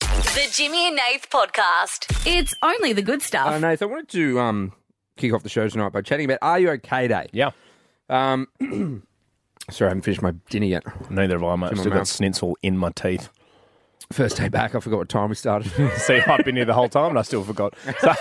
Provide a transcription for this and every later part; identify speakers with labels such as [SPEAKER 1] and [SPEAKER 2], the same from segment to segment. [SPEAKER 1] The Jimmy and Nath Podcast.
[SPEAKER 2] It's only the good stuff.
[SPEAKER 3] Uh, Nath, I wanted to um, kick off the show tonight by chatting about Are You Okay Day.
[SPEAKER 4] Yeah,
[SPEAKER 3] Um, sorry, I haven't finished my dinner yet.
[SPEAKER 4] neither have I, mate. I've
[SPEAKER 3] my
[SPEAKER 4] still got
[SPEAKER 3] mouth.
[SPEAKER 4] schnitzel in my teeth.
[SPEAKER 3] First day back, I forgot what time we started.
[SPEAKER 4] See, I've been here the whole time and I still forgot. So,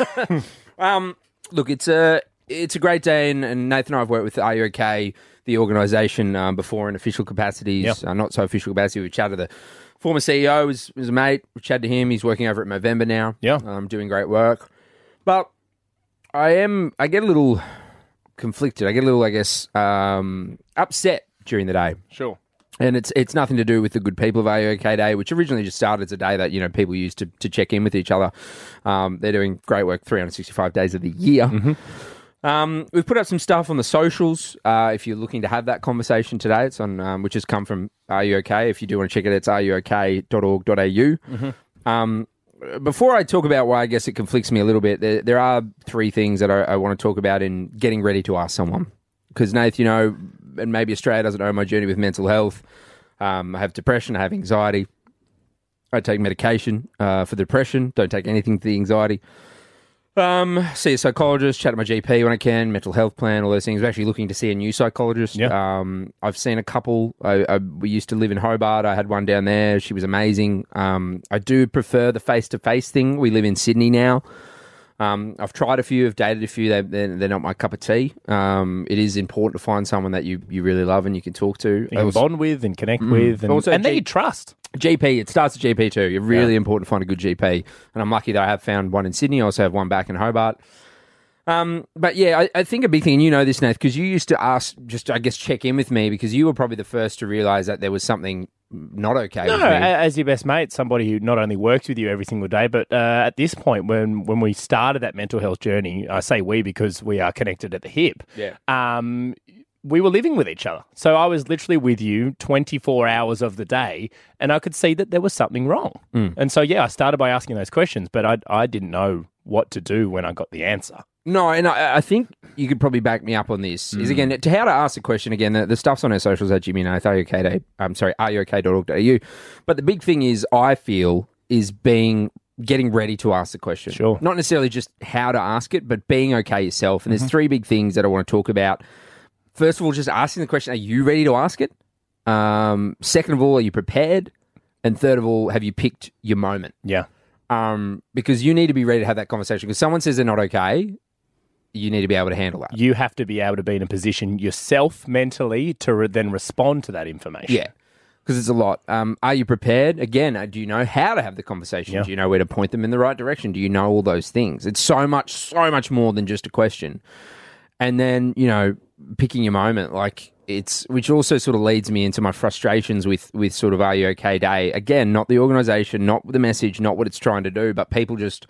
[SPEAKER 3] Um, Look, it's a it's a great day, and, and Nathan and I have worked with Are You Okay, the organisation, um, before in official capacities,
[SPEAKER 4] Yeah.
[SPEAKER 3] uh, not so official capacity. We chatted to the former CEO, was was a mate. We chatted to him. He's working over at Movember now.
[SPEAKER 4] Yeah.
[SPEAKER 3] um, doing great work. But I am I get a little conflicted. I get a little, I guess, um, upset during the day
[SPEAKER 4] sure.
[SPEAKER 3] and it's it's nothing to do with the good people of AOK Day, which originally just started as a day that you know people used to, to check in with each other. Um, they're doing great work 365 days of the year. Um, we've put up some stuff on the socials. Uh, if you're looking to have that conversation today, it's on um, which has come from Are You Okay? If you do want to check it, it's ruok.org.au.
[SPEAKER 4] Mm-hmm.
[SPEAKER 3] Um, before I talk about why I guess it conflicts me a little bit, there, there are three things that I, I want to talk about in getting ready to ask someone. Because, Nath, you know, and maybe Australia doesn't know my journey with mental health. Um, I have depression, I have anxiety. I take medication uh, for depression, don't take anything for the anxiety. Um, see a psychologist, chat to my GP when I can, mental health plan, all those things. I'm actually looking to see a new psychologist.
[SPEAKER 4] Yeah.
[SPEAKER 3] Um, I've seen a couple. I, I, we used to live in Hobart. I had one down there. She was amazing. Um, I do prefer the face to face thing. We live in Sydney now. Um, I've tried a few, I've dated a few. They, they're, they're not my cup of tea. Um, it is important to find someone that you, you really love and you can talk to.
[SPEAKER 4] You can
[SPEAKER 3] Also-
[SPEAKER 4] bond with and
[SPEAKER 3] Mm.
[SPEAKER 4] connect with, and,
[SPEAKER 3] Also,
[SPEAKER 4] and then
[SPEAKER 3] G-
[SPEAKER 4] you trust.
[SPEAKER 3] GP, it starts at GP too. You're really important to find a good GP. And I'm lucky that I have found one in Sydney. I also have one back in Hobart. Um, but yeah, I, I think a big thing, and you know this, Nath, because you used to ask, just I guess, check in with me because you were probably the first to realize that there was something not okay
[SPEAKER 4] No,
[SPEAKER 3] with
[SPEAKER 4] no,
[SPEAKER 3] me.
[SPEAKER 4] a- as your best mate, somebody who not only works with you every single day, but uh, at this point, when when we started that mental health journey, I say we because we are connected at the hip.
[SPEAKER 3] Yeah.
[SPEAKER 4] Um, we were living with each other, so I was literally with you twenty four hours of the day, and I could see that there was something wrong.
[SPEAKER 3] Mm.
[SPEAKER 4] And so, yeah, I started by asking those questions, but I I didn't know what to do when I got the answer.
[SPEAKER 3] No, and I, I think you could probably back me up on this.
[SPEAKER 4] Mm.
[SPEAKER 3] Is again to how to ask the question again. The, the stuff's on our socials at Jimmy and Nath. Are you okay? Day, I'm sorry. Are you okay.org.au. But the big thing is, I feel is being getting ready to ask the question.
[SPEAKER 4] Sure.
[SPEAKER 3] Not necessarily just how to ask it, but being okay yourself.
[SPEAKER 4] Mm-hmm.
[SPEAKER 3] And there's three big things that I want to talk about. First of all, just asking the question: Are you ready to ask it? Um, second of all, are you prepared? And third of all, have you picked your moment?
[SPEAKER 4] Yeah.
[SPEAKER 3] Um, because you need to be ready to have that conversation. Because someone says they're not okay, you need to be able to handle that.
[SPEAKER 4] You have to be able to be in a position yourself mentally to re- then respond to that information.
[SPEAKER 3] Yeah, because it's a lot. Um, are you prepared? Again, uh, do you know how to have the conversation?
[SPEAKER 4] Yeah.
[SPEAKER 3] Do you know where to point them in the right direction? Do you know all those things? It's so much, so much more than just a question. And then you know, picking your moment, like it's, which also sort of leads me into my frustrations with with sort of Are You Okay Day. Again, not the organisation, not the message, not what it's trying to do, but people just.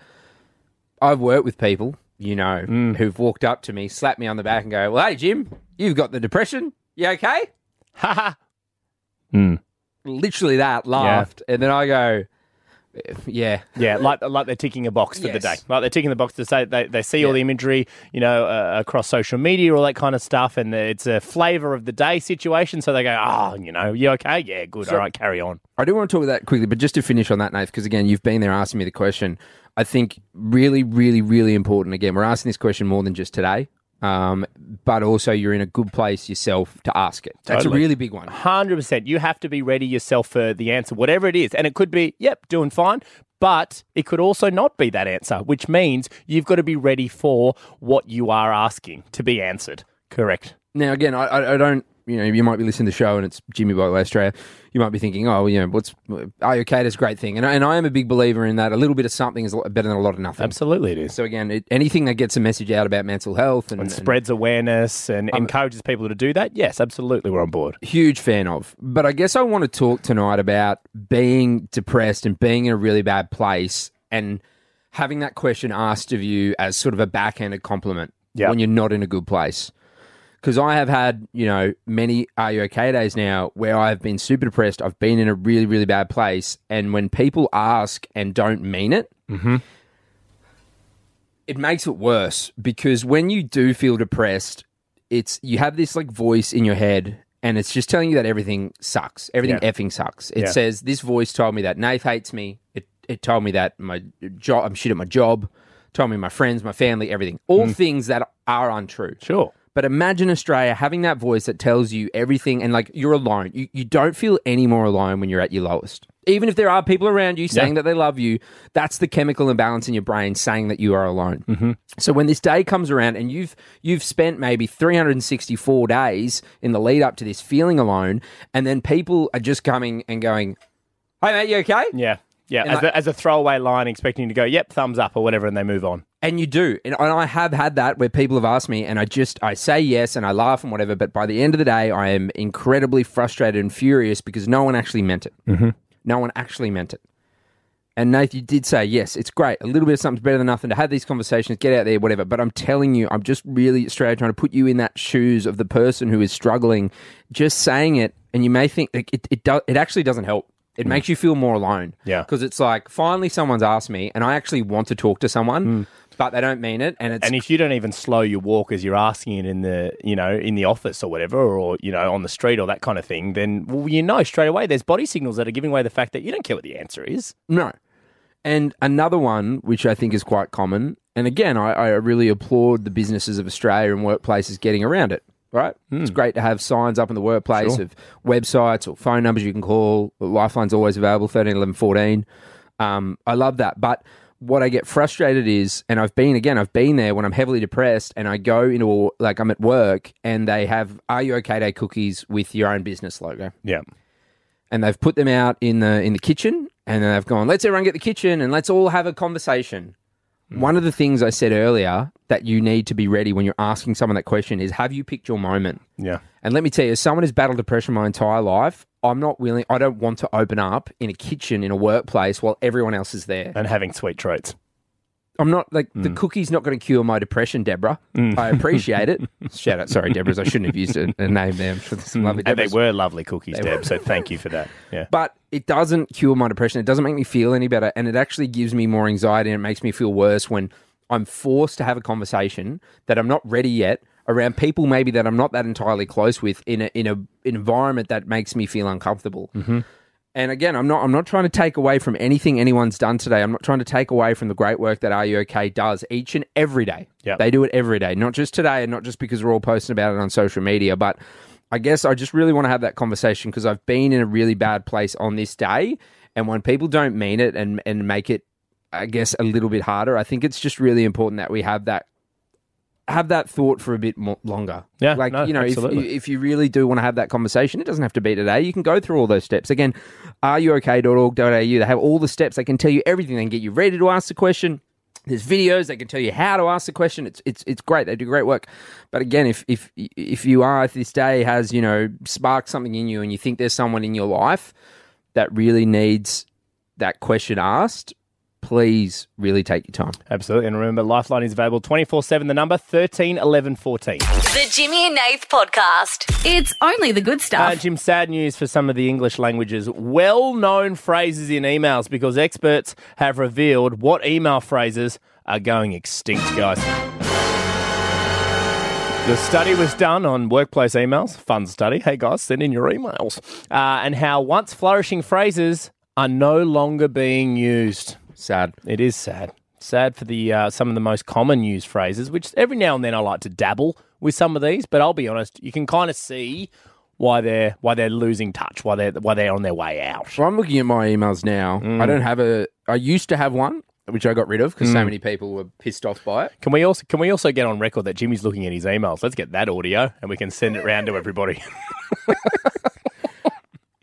[SPEAKER 3] I've worked with people, you know,
[SPEAKER 4] Mm.
[SPEAKER 3] who've walked up to me, slapped me on the back, and go, "Well, hey Jim, you've got the depression. You okay?"
[SPEAKER 4] Ha ha.
[SPEAKER 3] literally that laughed, and then I go, yeah,
[SPEAKER 4] Yeah, like like they're ticking a box for the
[SPEAKER 3] Yes.
[SPEAKER 4] day. Like they're ticking the box to say they, they see all
[SPEAKER 3] Yeah.
[SPEAKER 4] the imagery, you know, uh, across social media, all that kind of stuff, and it's a flavour of the day situation. So they go, oh, you know, you okay? Yeah, good. all right, carry on.
[SPEAKER 3] I do want to talk about that quickly, but just to finish on that, Nath, because again, you've been there asking me the question. I think really, really, really important. Again, we're asking this question more than just today, um, but also you're in a good place yourself to ask it. That's
[SPEAKER 4] Totally.
[SPEAKER 3] a really big one.
[SPEAKER 4] Hundred percent. You have to be ready yourself for the answer, whatever it is, and it could be, yep, doing fine. But it could also not be that answer, which means you've got to be ready for what you are asking to be answered. Correct.
[SPEAKER 3] Now, again, I, I, I don't. You know, you might be listening to the show and it's Jimmy Boyle Australia. You might be thinking, oh, you know, what's are you okay? That's a great thing, and I, and I am a big believer in that. A little bit of something is a lot better than a lot of nothing.
[SPEAKER 4] Absolutely, it is.
[SPEAKER 3] So again, it, anything that gets a message out about mental health and,
[SPEAKER 4] And
[SPEAKER 3] and-
[SPEAKER 4] spreads awareness and encourages people to do that. Yes, absolutely, we're on board.
[SPEAKER 3] huge fan of. But I guess I want to talk tonight about being depressed and being in a really bad place and having that question asked of you as sort of a backhanded compliment
[SPEAKER 4] Yeah.
[SPEAKER 3] when you're not in a good place. Because I have had, you know, many Are You Okay days now where I've been super depressed. I've been in a really, really bad place. And when people ask and don't mean it,
[SPEAKER 4] Mm-hmm,
[SPEAKER 3] it makes it worse because when you do feel depressed, it's you have this like voice in your head and it's just telling you that everything sucks. Everything
[SPEAKER 4] Yeah.
[SPEAKER 3] effing sucks. It
[SPEAKER 4] Yeah.
[SPEAKER 3] says this voice told me that Nath hates me. It it told me that my job, I'm shit at my job. Told me my friends, my family, everything. All things that are untrue.
[SPEAKER 4] Mm. Sure.
[SPEAKER 3] But imagine Australia having that voice that tells you everything and like you're alone. You, you don't feel any more alone when you're at your lowest. Even if there are people around you saying that they love you, that's the chemical imbalance in your brain saying that you are alone. Mm-hmm. So when this day comes around and you've you've spent maybe 364 days in the lead up to this feeling alone, and then people are just coming and going, "Hey mate, you okay?"
[SPEAKER 4] Yeah. Yeah. As,
[SPEAKER 3] like-
[SPEAKER 4] a, as a throwaway line, expecting to go, yep, thumbs up or whatever, and they move on.
[SPEAKER 3] And you do. And, and I have had that where people have asked me, and I just, I say yes and I laugh and whatever. But by the end of the day, I am incredibly frustrated and furious because no one actually meant it. Mm-hmm. No one actually meant it. And Nath, you did say, yes, it's great. A little bit of something's better than nothing to have these conversations, get out there, whatever. But I'm telling you, I'm just really straight trying to put you in that shoes of the person who is struggling. Just saying it, and you may think like, it, it, do, it actually doesn't help. It makes you feel more alone.
[SPEAKER 4] Yeah.
[SPEAKER 3] Because it's like, finally, someone's asked me, and I actually want to talk to someone, but they don't mean it. And it's
[SPEAKER 4] And if you don't even slow your walk as you're asking it in the, you know, in the office or whatever, or you know, on the street or that kind of thing, then well, you know straight away. There's body signals that are giving away the fact that you don't care what the answer is.
[SPEAKER 3] No. And another one, which I think is quite common, and again, I, I really applaud the businesses of Australia and workplaces getting around it, right? It's great to have signs up in the workplace of websites or phone numbers you can call. Lifeline's always available, 13, 11, 14. Um, I love that. But what I get frustrated is, and I've been, again, I've been there when I'm heavily depressed and I go into, a, like, I'm at work and they have Are You OK Day cookies with your own business logo
[SPEAKER 4] Yeah.
[SPEAKER 3] and they've put them out in the in the kitchen and then they've gone let's everyone get the kitchen and let's all have a conversation
[SPEAKER 4] Mm.
[SPEAKER 3] one of the things i said earlier that you need to be ready when you're asking someone that question is have you picked your moment
[SPEAKER 4] Yeah.
[SPEAKER 3] and let me tell you as someone who's battled depression my entire life i'm not willing i don't want to open up in a kitchen in a workplace while everyone else is there
[SPEAKER 4] And having sweet treats. Mm.
[SPEAKER 3] i'm not like the cookie's not going to cure my depression deborah i appreciate it shout out sorry deborah's i shouldn't have used a, a name there i'm sure there's some lovely
[SPEAKER 4] Mm. And they
[SPEAKER 3] Deborahs.
[SPEAKER 4] were lovely cookies, Deb. So thank you for that. Yeah.
[SPEAKER 3] But it doesn't cure my depression. It doesn't make me feel any better. And it actually gives me more anxiety and it makes me feel worse when I'm forced to have a conversation that I'm not ready yet around people maybe that I'm not that entirely close with in a in a environment that makes me feel uncomfortable.
[SPEAKER 4] mm-hmm.
[SPEAKER 3] And again, I'm not I'm not trying to take away from anything anyone's done today. I'm not trying to take away from the great work that Are You OK does each and every day.
[SPEAKER 4] Yep.
[SPEAKER 3] They do it every day, not just today and not just because we're all posting about it on social media, but I guess I just really want to have that conversation because I've been in a really bad place on this day and when people don't mean it and and make it I guess a little bit harder, I think it's just really important that we have that have that thought for a bit more, longer.
[SPEAKER 4] Yeah,
[SPEAKER 3] like
[SPEAKER 4] no,
[SPEAKER 3] you know, if,
[SPEAKER 4] absolutely.
[SPEAKER 3] if you really do want to have that conversation, it doesn't have to be today. You can go through all those steps again. AreYouOK.org.au. They have all the steps. They can tell you everything. They can get you ready to ask the question. There's videos. They can tell you how to ask the question. It's it's it's great. They do great work. But again, if if if you are if this day has you know sparked something in you, and you think there's someone in your life that really needs that question asked, please really take your time.
[SPEAKER 4] Absolutely. And remember, Lifeline is available 24 7, the number 13 11 14.
[SPEAKER 1] The Jimmy and Nath Podcast.
[SPEAKER 2] It's only the good
[SPEAKER 4] Uh,
[SPEAKER 2] stuff.
[SPEAKER 4] Jim, sad news for some of the English language's well known phrases in emails because experts have revealed what email phrases are going extinct, guys. The study was done on workplace emails. Fun study. Hey, guys, send in your emails. Uh, and how once flourishing phrases are no longer being used.
[SPEAKER 3] Sad.
[SPEAKER 4] It is sad. Sad for the uh, some of the most common used phrases, which every now and then I like to dabble with some of these. But I'll be honest, you can kind of see why they're why they're losing touch, why they're why they're on their way out. Mm.
[SPEAKER 3] Well, I'm looking at my emails now. I don't have a. I used to have one, which I got rid of because so many people were pissed off by it.
[SPEAKER 4] Can we also can we also get on record that Jimmy's looking at his emails? Let's get that audio and we can send it round to everybody.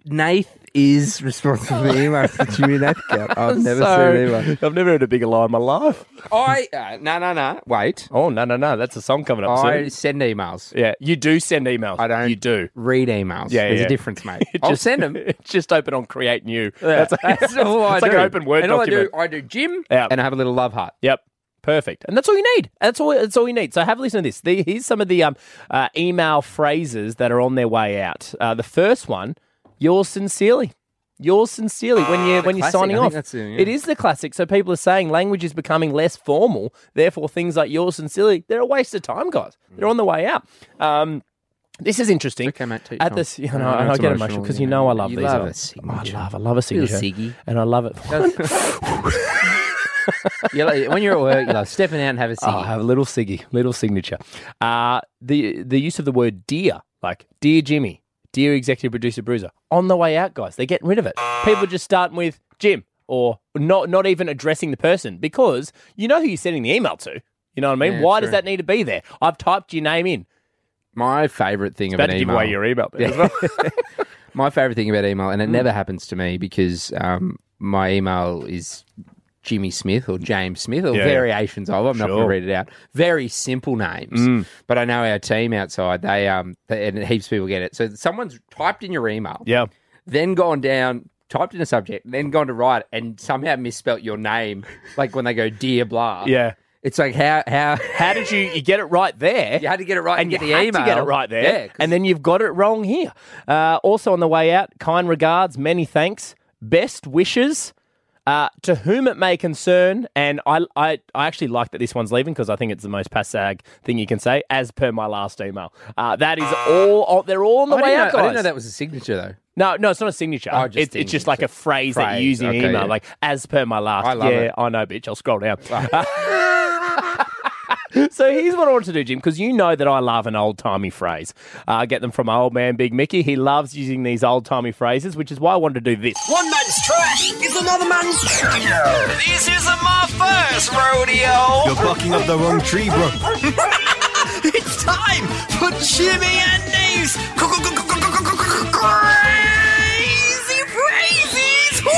[SPEAKER 3] Nath is responsible for the emails that you and Nath get. I've never seen anyone.
[SPEAKER 4] I've never heard a bigger lie in my life.
[SPEAKER 3] I uh, no no no. Wait,
[SPEAKER 4] Oh no no no, that's a song coming up
[SPEAKER 3] I
[SPEAKER 4] soon.
[SPEAKER 3] send emails.
[SPEAKER 4] Yeah, you do send emails.
[SPEAKER 3] I don't.
[SPEAKER 4] You do.
[SPEAKER 3] read emails.
[SPEAKER 4] Yeah,
[SPEAKER 3] there's
[SPEAKER 4] yeah.
[SPEAKER 3] a difference, mate.
[SPEAKER 4] It
[SPEAKER 3] I'll
[SPEAKER 4] just-
[SPEAKER 3] send them.
[SPEAKER 4] it's just open on create new. That's,
[SPEAKER 3] That's all I
[SPEAKER 4] it's
[SPEAKER 3] do.
[SPEAKER 4] like an open word
[SPEAKER 3] and
[SPEAKER 4] document.
[SPEAKER 3] all I do, I do gym,
[SPEAKER 4] Yeah.
[SPEAKER 3] and I have a little love heart.
[SPEAKER 4] Yep. Perfect. And that's all you need. That's all that's all you need. So have a listen to this. The, here's some of the um, uh, email phrases that are on their way out. Uh, the first one, yours sincerely. Yours sincerely when you when
[SPEAKER 3] Ah, classic.
[SPEAKER 4] you're signing
[SPEAKER 3] I think
[SPEAKER 4] off.
[SPEAKER 3] that's it, yeah.
[SPEAKER 4] is the classic. So people are saying language is becoming less formal. Therefore, things like yours sincerely, they're a waste of time, guys. They're on the way out. Um, This is interesting.
[SPEAKER 3] Okay, mate, take your
[SPEAKER 4] At
[SPEAKER 3] time.
[SPEAKER 4] this, you
[SPEAKER 3] I
[SPEAKER 4] know,
[SPEAKER 3] know
[SPEAKER 4] I,
[SPEAKER 3] it's
[SPEAKER 4] I get
[SPEAKER 3] emotional,
[SPEAKER 4] emotional because
[SPEAKER 3] you
[SPEAKER 4] you
[SPEAKER 3] know.
[SPEAKER 4] know I love
[SPEAKER 3] You
[SPEAKER 4] these.
[SPEAKER 3] love
[SPEAKER 4] I-
[SPEAKER 3] a signature.
[SPEAKER 4] I love, I love a
[SPEAKER 3] Little
[SPEAKER 4] signature,
[SPEAKER 3] Siggy.
[SPEAKER 4] and I love it.
[SPEAKER 3] you like, when you're at work, you love stepping out and have a
[SPEAKER 4] Oh, I have a little siggy, little signature. Uh, the the use of the word dear, like dear Jimmy, dear executive producer Bruiser. On the way out, guys, they're getting rid of it. People just starting with Jim or not not even addressing the person because you know who you're sending the email to. You know what I mean?
[SPEAKER 3] Yeah,
[SPEAKER 4] Why
[SPEAKER 3] true.
[SPEAKER 4] does that need to be there? I've typed your name in.
[SPEAKER 3] My favourite thing
[SPEAKER 4] About
[SPEAKER 3] about
[SPEAKER 4] to give
[SPEAKER 3] email.
[SPEAKER 4] away your email. there as well. Mm.
[SPEAKER 3] my favourite thing about email, and it never happens to me because um, my email is Jimmy Smith or James Smith or
[SPEAKER 4] Yeah.
[SPEAKER 3] variations of. I'm not going to
[SPEAKER 4] Sure. Mm.
[SPEAKER 3] read it out. Very simple names, but I know our team outside. They um they- and heaps of people get it. So someone's typed in your email,
[SPEAKER 4] yeah.
[SPEAKER 3] then gone down. Typed in a subject, then gone to write, and somehow misspelt your name. Like when they go, dear blah.
[SPEAKER 4] Yeah.
[SPEAKER 3] it's like how how
[SPEAKER 4] How did you you get it right there?
[SPEAKER 3] you had to get it right
[SPEAKER 4] and
[SPEAKER 3] and,
[SPEAKER 4] you
[SPEAKER 3] get the
[SPEAKER 4] had
[SPEAKER 3] email.
[SPEAKER 4] to get it right there,
[SPEAKER 3] Yeah, 'cause
[SPEAKER 4] and then you've got it wrong here. Uh, also on the way out, kind regards, many thanks, best wishes. Uh, to whom it may concern, and I, I, I actually like that this one's leaving because I think it's the most passag thing you can say, as per my last email. Uh, that is all. On, they're all on the
[SPEAKER 3] Ah. I
[SPEAKER 4] way
[SPEAKER 3] didn't, know,
[SPEAKER 4] out, guys.
[SPEAKER 3] I didn't know that was a signature though.
[SPEAKER 4] No, no, it's not a signature.
[SPEAKER 3] Oh, just
[SPEAKER 4] it's, it's just like a phrase, that
[SPEAKER 3] Phrase,
[SPEAKER 4] you use in
[SPEAKER 3] okay,
[SPEAKER 4] email,
[SPEAKER 3] yeah.
[SPEAKER 4] like as per my last.
[SPEAKER 3] I love
[SPEAKER 4] yeah,
[SPEAKER 3] it.
[SPEAKER 4] I know, bitch. I'll scroll down. so here's what I want to do, Jim, because you know that I love an old timey phrase. Uh, I get them from my old man Big Mickey. He loves using these old timey phrases, which is why I wanted to do this.
[SPEAKER 2] One man's trash is another man's treasure. This isn't my first rodeo.
[SPEAKER 5] You're barking up the wrong tree, bro.
[SPEAKER 2] It's time for Jimmy and Nate's crazy phrases.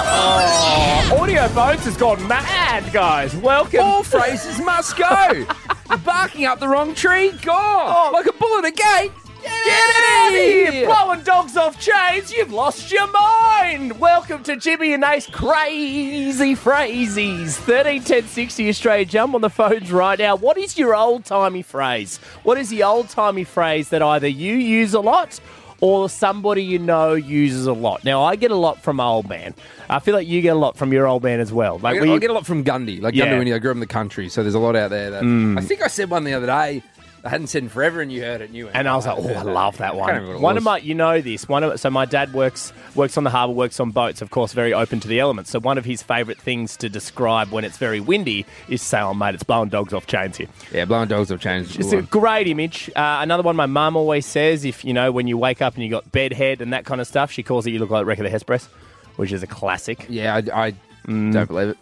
[SPEAKER 6] Oh.
[SPEAKER 4] Audio Boats has gone mad, guys. Welcome.
[SPEAKER 3] All phrases must go. You're barking up the wrong tree.
[SPEAKER 4] Oh.
[SPEAKER 3] God, like a bull at a gate. Get,
[SPEAKER 4] Get out of here.
[SPEAKER 3] here.
[SPEAKER 4] Blowing dogs off chains, you've lost your mind. Welcome to Jimmy and Ace Crazy Phrases. 13 10 60 Australia Jump on the phones right now. What is your old timey phrase? What is the old timey phrase that either you use a lot or somebody you know uses a lot? Now, I get a lot from my old man. I feel like you get a lot from your old man as well.
[SPEAKER 3] I
[SPEAKER 4] Like,
[SPEAKER 3] get,
[SPEAKER 4] we
[SPEAKER 3] I get a lot from Gundy. Like
[SPEAKER 4] Yeah. Mm.
[SPEAKER 3] Gundy, when I grew up in the country, so there's a lot out there. That I think I said one the other day. I hadn't said in forever, and you heard it. And you went,
[SPEAKER 4] And I was like, oh, I love that
[SPEAKER 3] I can't remember
[SPEAKER 4] one.
[SPEAKER 3] what it
[SPEAKER 4] One of
[SPEAKER 3] was.
[SPEAKER 4] my, you know this. One of so my dad works works on the harbour, works on boats, of course, very open to the elements. So one of his favourite things to describe when it's very windy is say, "Oh mate, it's blowing dogs off chains here."
[SPEAKER 3] yeah, blowing dogs have changed.
[SPEAKER 4] It's a great image. Uh, another one my mum always says, if you know when you wake up and you got bed head and that kind of stuff, she calls it "you look like Wreck of the Hesperus," which is a classic. Mm.
[SPEAKER 3] yeah, I, I don't believe it.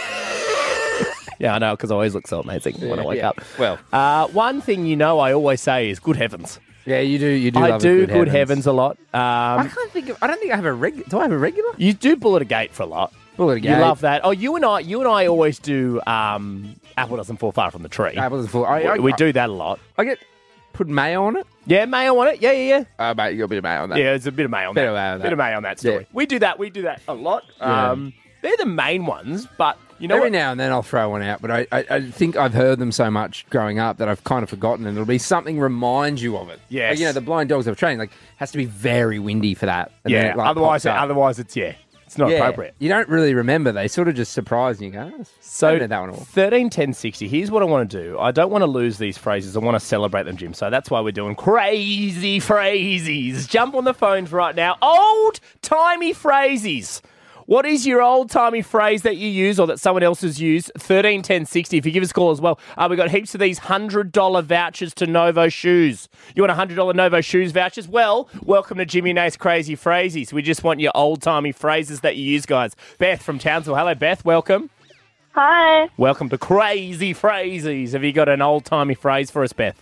[SPEAKER 4] Yeah, I know because I always look so amazing when I wake
[SPEAKER 3] yeah.
[SPEAKER 4] up.
[SPEAKER 3] Well.
[SPEAKER 4] uh, one thing you know I always say is, "Good heavens."
[SPEAKER 3] Yeah, you do. You do.
[SPEAKER 4] I
[SPEAKER 3] love
[SPEAKER 4] do
[SPEAKER 3] a
[SPEAKER 4] good, heavens. a lot. Um,
[SPEAKER 3] I can't think. Of, I don't think I have a reg. Do I have a regular?
[SPEAKER 4] You do bullet a gate for a lot.
[SPEAKER 3] Bull at a
[SPEAKER 4] You
[SPEAKER 3] gate.
[SPEAKER 4] love that. Oh, you and I, you and I always do. Um, apple doesn't fall far from the tree.
[SPEAKER 3] Apples and full. I, I,
[SPEAKER 4] we, we do that a lot.
[SPEAKER 3] I get put mayo on it.
[SPEAKER 4] Yeah, mayo on it. Yeah, yeah, yeah.
[SPEAKER 3] Oh, mate, you got a bit of mayo on that.
[SPEAKER 4] Yeah, there's a bit of mayo on
[SPEAKER 3] Bit
[SPEAKER 4] that.
[SPEAKER 3] of mayo on that.
[SPEAKER 4] Bit of mayo on that story.
[SPEAKER 3] Yeah.
[SPEAKER 4] We do that. We do that a lot.
[SPEAKER 3] Yeah.
[SPEAKER 4] Um, they're the main ones, but you know
[SPEAKER 3] Every
[SPEAKER 4] what?
[SPEAKER 3] now and then I'll throw one out, but I, I, I think I've heard them so much growing up that I've kind of forgotten, and it'll be something reminds you of it.
[SPEAKER 4] Yes.
[SPEAKER 3] Like, you know, the blind dogs I've trained, like, has to be very windy for that. and then
[SPEAKER 4] yeah.
[SPEAKER 3] it, like,
[SPEAKER 4] otherwise,
[SPEAKER 3] pops up.
[SPEAKER 4] otherwise, it's yeah, it's not
[SPEAKER 3] Yeah.
[SPEAKER 4] appropriate.
[SPEAKER 3] You don't really remember. They sort of just surprise you. You go, oh, so, I
[SPEAKER 4] So
[SPEAKER 3] don't know that one at all.
[SPEAKER 4] 13, 10, 60. Here's what I want to do. I don't want to lose these phrases. I want to celebrate them, Jim. So that's why we're doing crazy phrases. Jump on the phones right now. Old timey phrases. What is your old timey phrase that you use or that someone else has used? 13, 10, 60. If you give us a call as well, uh, we've got heaps of these $100 vouchers to Novo Shoes. You want $100 Novo Shoes vouchers? Well, welcome to Jimmy and Ace Crazy Phrases. We just want your old timey phrases that you use, guys. Beth from Townsville. Hello, Beth. Welcome.
[SPEAKER 7] Hi.
[SPEAKER 4] Welcome to Crazy Phrases. Have you got an old timey phrase for us, Beth?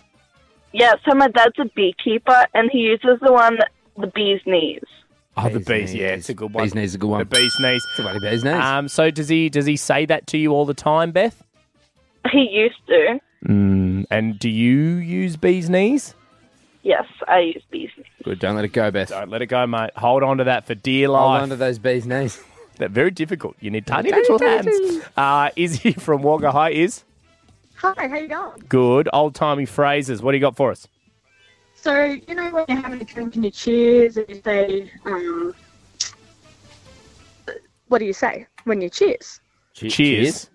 [SPEAKER 7] Yeah, so my dad's a beekeeper and he uses the one that the bees knees.
[SPEAKER 4] Oh, the
[SPEAKER 3] Bees
[SPEAKER 4] bees. Yeah,
[SPEAKER 3] knees.
[SPEAKER 4] it's a good one.
[SPEAKER 3] Bees knees is a good one.
[SPEAKER 4] The bees knees.
[SPEAKER 3] Bloody bees knees.
[SPEAKER 4] Um, so does he does he say that to you all the time, Beth?
[SPEAKER 7] He used to.
[SPEAKER 3] Mm.
[SPEAKER 4] And do you use bees knees?
[SPEAKER 7] Yes, I use bees knees.
[SPEAKER 3] Good. Don't let it go, Beth.
[SPEAKER 4] Don't let it go, mate. Hold on to that for dear life.
[SPEAKER 3] Hold on to those bees' knees.
[SPEAKER 4] They're very difficult. You need tiny little hands. Uh, Izzy from Wagga High is
[SPEAKER 6] Hi, how you going?
[SPEAKER 4] good. Old timey phrases. What do you got for us?
[SPEAKER 6] So, you know when you're having a drink and you cheers and you say, um, what do you say when you cheers?
[SPEAKER 3] Che-
[SPEAKER 4] Cheers.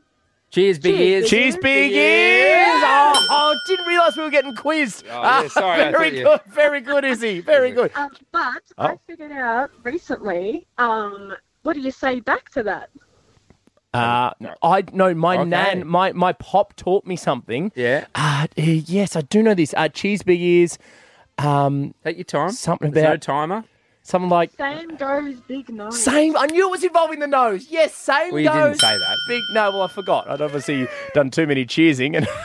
[SPEAKER 3] Cheers, big
[SPEAKER 6] Cheers.
[SPEAKER 3] ears. Oh,
[SPEAKER 4] Cheers, big ears. Oh, Oh, didn't realise we were getting quizzed.
[SPEAKER 3] yeah, sorry, I
[SPEAKER 4] very
[SPEAKER 3] thought you-
[SPEAKER 4] good, very good, Izzy. Very good. Oh.
[SPEAKER 6] Um, but I figured out recently. Um, what do you say back to that?
[SPEAKER 4] Uh, I no, my
[SPEAKER 3] Um, Okay.
[SPEAKER 4] nan, my my pop taught me something.
[SPEAKER 3] Yeah.
[SPEAKER 4] Uh, uh, yes, I do know this. Uh, cheese big ears. um,
[SPEAKER 3] Take your time.
[SPEAKER 4] Something
[SPEAKER 3] There's
[SPEAKER 4] about-
[SPEAKER 3] no timer.
[SPEAKER 4] Something like
[SPEAKER 6] Same goes big no.
[SPEAKER 4] same. I knew it was involving the nose. Yes, same
[SPEAKER 3] Well, you
[SPEAKER 4] nose.
[SPEAKER 3] didn't say that.
[SPEAKER 4] Big no. Well, I forgot. I'd obviously done too many cheersing and.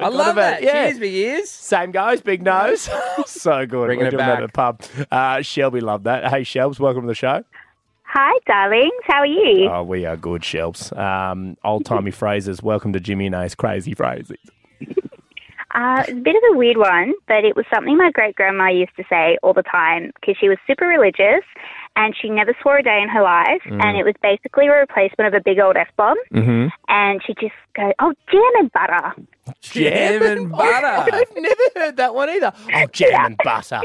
[SPEAKER 3] I love
[SPEAKER 4] about
[SPEAKER 3] that.
[SPEAKER 4] it. Yeah.
[SPEAKER 3] Cheers, big ears.
[SPEAKER 4] Same goes, big nose. so good.
[SPEAKER 3] Bringing
[SPEAKER 4] We're
[SPEAKER 3] it
[SPEAKER 4] doing that at the
[SPEAKER 3] back.
[SPEAKER 4] pub. Uh, Shelby loved that. Hey, Shelbs, welcome to the show.
[SPEAKER 8] Hi, darlings. How are you?
[SPEAKER 4] Oh, we are good, Shelbs. Um, Old timey phrases. Welcome to Jimmy and Ace. Crazy phrases.
[SPEAKER 8] Uh, it's a bit of a weird one, but it was something my great grandma used to say all the time because she was super religious and she never swore a day in her life. And it was basically a replacement of a big old F bomb. Mm-hmm. And she'd just go, Oh, jam and butter.
[SPEAKER 3] Jam and butter.
[SPEAKER 4] I've never heard that one either. Oh, jam and butter.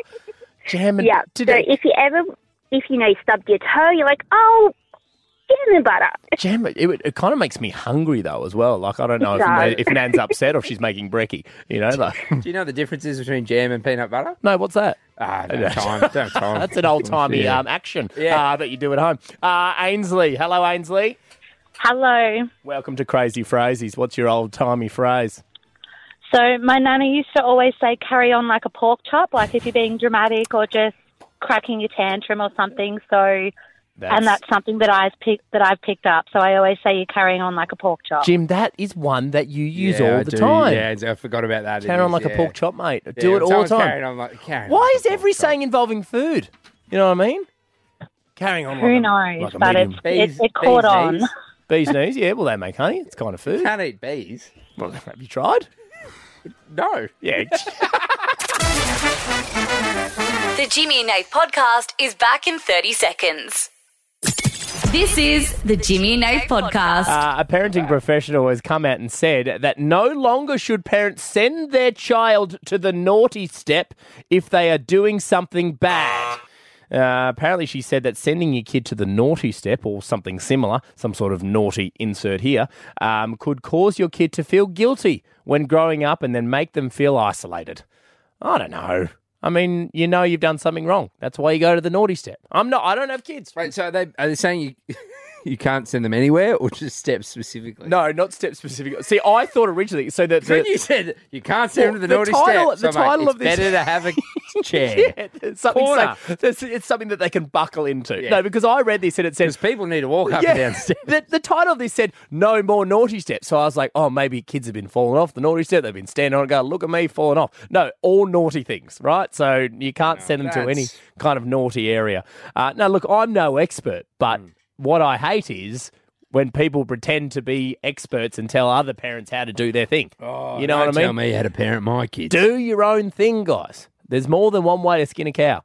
[SPEAKER 4] Jam and
[SPEAKER 8] Yeah.
[SPEAKER 4] did
[SPEAKER 8] so
[SPEAKER 4] it-
[SPEAKER 8] if you ever, if you know you stubbed your toe, you're like, Oh, jam and butter.
[SPEAKER 4] jam. It, would- it kind of makes me hungry though as well. Like I don't know if,
[SPEAKER 8] does.
[SPEAKER 4] if Nan's upset or if she's making brekkie. You know, like
[SPEAKER 3] Do you know the differences between jam and peanut butter?
[SPEAKER 4] no, what's that?
[SPEAKER 3] Ah, no time. Don't time.
[SPEAKER 4] That's an old timey
[SPEAKER 3] Yeah.
[SPEAKER 4] um, action
[SPEAKER 3] Yeah.
[SPEAKER 4] uh, that you do at home. Uh, Ainsley, hello, Ainsley.
[SPEAKER 9] Hello.
[SPEAKER 4] Welcome to Crazy Phrases. What's your old timey phrase?
[SPEAKER 9] So my nana used to always say, "Carry on like a pork chop," like if you're being dramatic or just cracking your tantrum or something. So, and that's something that I've picked that I've picked up. So I always say, "You're carrying on like a pork chop."
[SPEAKER 4] Uh, Jim. That is one that you use
[SPEAKER 3] Yeah,
[SPEAKER 4] all
[SPEAKER 3] I
[SPEAKER 4] the
[SPEAKER 3] do.
[SPEAKER 4] time.
[SPEAKER 3] Yeah, I forgot about that. It
[SPEAKER 4] Carry on
[SPEAKER 3] is,
[SPEAKER 4] like
[SPEAKER 3] yeah.
[SPEAKER 4] a pork chop, mate.
[SPEAKER 3] Yeah,
[SPEAKER 4] do
[SPEAKER 3] when
[SPEAKER 4] it all the
[SPEAKER 3] someone's
[SPEAKER 4] time.
[SPEAKER 3] carrying on like- carrying on
[SPEAKER 4] Why
[SPEAKER 3] like
[SPEAKER 4] is
[SPEAKER 3] a pork
[SPEAKER 4] every
[SPEAKER 3] chop.
[SPEAKER 4] saying involving food? You know what I mean? Carrying on.
[SPEAKER 9] Who
[SPEAKER 4] like
[SPEAKER 9] knows?
[SPEAKER 4] A, like a
[SPEAKER 9] but
[SPEAKER 4] medium.
[SPEAKER 9] it's,
[SPEAKER 3] Bees-
[SPEAKER 9] it, it caught
[SPEAKER 3] bees
[SPEAKER 9] on.
[SPEAKER 3] knees.
[SPEAKER 4] Bees knees. Yeah, well, they make honey. It's kind of food.
[SPEAKER 3] Can't eat bees.
[SPEAKER 4] Well, have you tried?
[SPEAKER 3] No.
[SPEAKER 4] Yeah.
[SPEAKER 1] The Jimmy and Nath podcast is back in 30 seconds. This is the Jimmy and Nath podcast.
[SPEAKER 4] uh, a parenting professional has come out and said that no longer should parents send their child to the naughty step if they are doing something bad. Uh, apparently, she said that sending your kid to the naughty step or something similar, some sort of naughty insert here, um, could cause your kid to feel guilty when growing up and then make them feel isolated. I don't know. I mean, you know you've done something wrong. That's why you go to the naughty step. I'm not. I don't have kids.
[SPEAKER 3] Wait, so are they are they saying you you can't send them anywhere or just steps specifically?
[SPEAKER 4] No, not step specific. See, I thought originally. So that
[SPEAKER 3] When
[SPEAKER 4] the-
[SPEAKER 3] you said you can't send them to the,
[SPEAKER 4] Well, the
[SPEAKER 3] naughty
[SPEAKER 4] title-
[SPEAKER 3] step,
[SPEAKER 4] the
[SPEAKER 3] so, mate,
[SPEAKER 4] title
[SPEAKER 3] it's
[SPEAKER 4] of this-
[SPEAKER 3] better to have a chair.
[SPEAKER 4] Yeah, it's something
[SPEAKER 3] Corner.
[SPEAKER 4] safe. It's, it's something that they can buckle into.
[SPEAKER 3] Yeah.
[SPEAKER 4] No, because I read this and it says.
[SPEAKER 3] Because people need to walk up and down stairs.
[SPEAKER 4] the, the title of this said "No More Naughty Steps," so I was like, "Oh, maybe kids have been falling off the naughty step. They've been standing on it, going, look at me falling off." No, all naughty things, right? So you can't send them to
[SPEAKER 3] that's-
[SPEAKER 4] any kind of naughty area. Uh, now, look, I'm no expert, but
[SPEAKER 3] Hmm.
[SPEAKER 4] what I hate is when people pretend to be experts and tell other parents how to do their thing. you know
[SPEAKER 3] Oh, Don't
[SPEAKER 4] what I mean?
[SPEAKER 3] Tell me how to parent my kids.
[SPEAKER 4] do your own thing, guys. There's more than one way to skin a cow.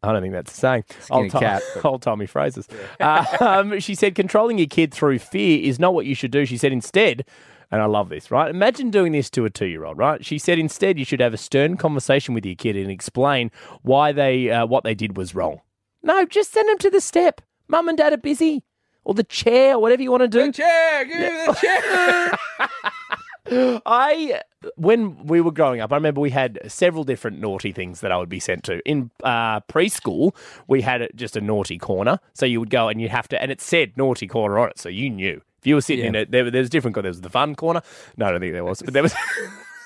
[SPEAKER 4] I don't think that's the saying. Old,
[SPEAKER 3] a cat,
[SPEAKER 4] old timey phrases. Uh, um, she said, controlling your kid through fear is not what you should do. She said, instead, and I love this, right? Imagine doing this to a two year old, right? She said, instead, you should have a stern conversation with your kid and explain why they, uh, what they did was wrong. No, just send them to the step. Mum and dad are busy. Or the chair, or whatever you want to do.
[SPEAKER 3] Chair, give me the chair.
[SPEAKER 4] I, when we were growing up, I remember we had several different naughty things that I would be sent to. In uh, preschool, we had a- just a naughty corner. So you would go and you'd have to, and it said naughty corner on it. So you knew. If you were sitting in it, there, there was different, there was the fun corner. No, I don't think there was, but there was,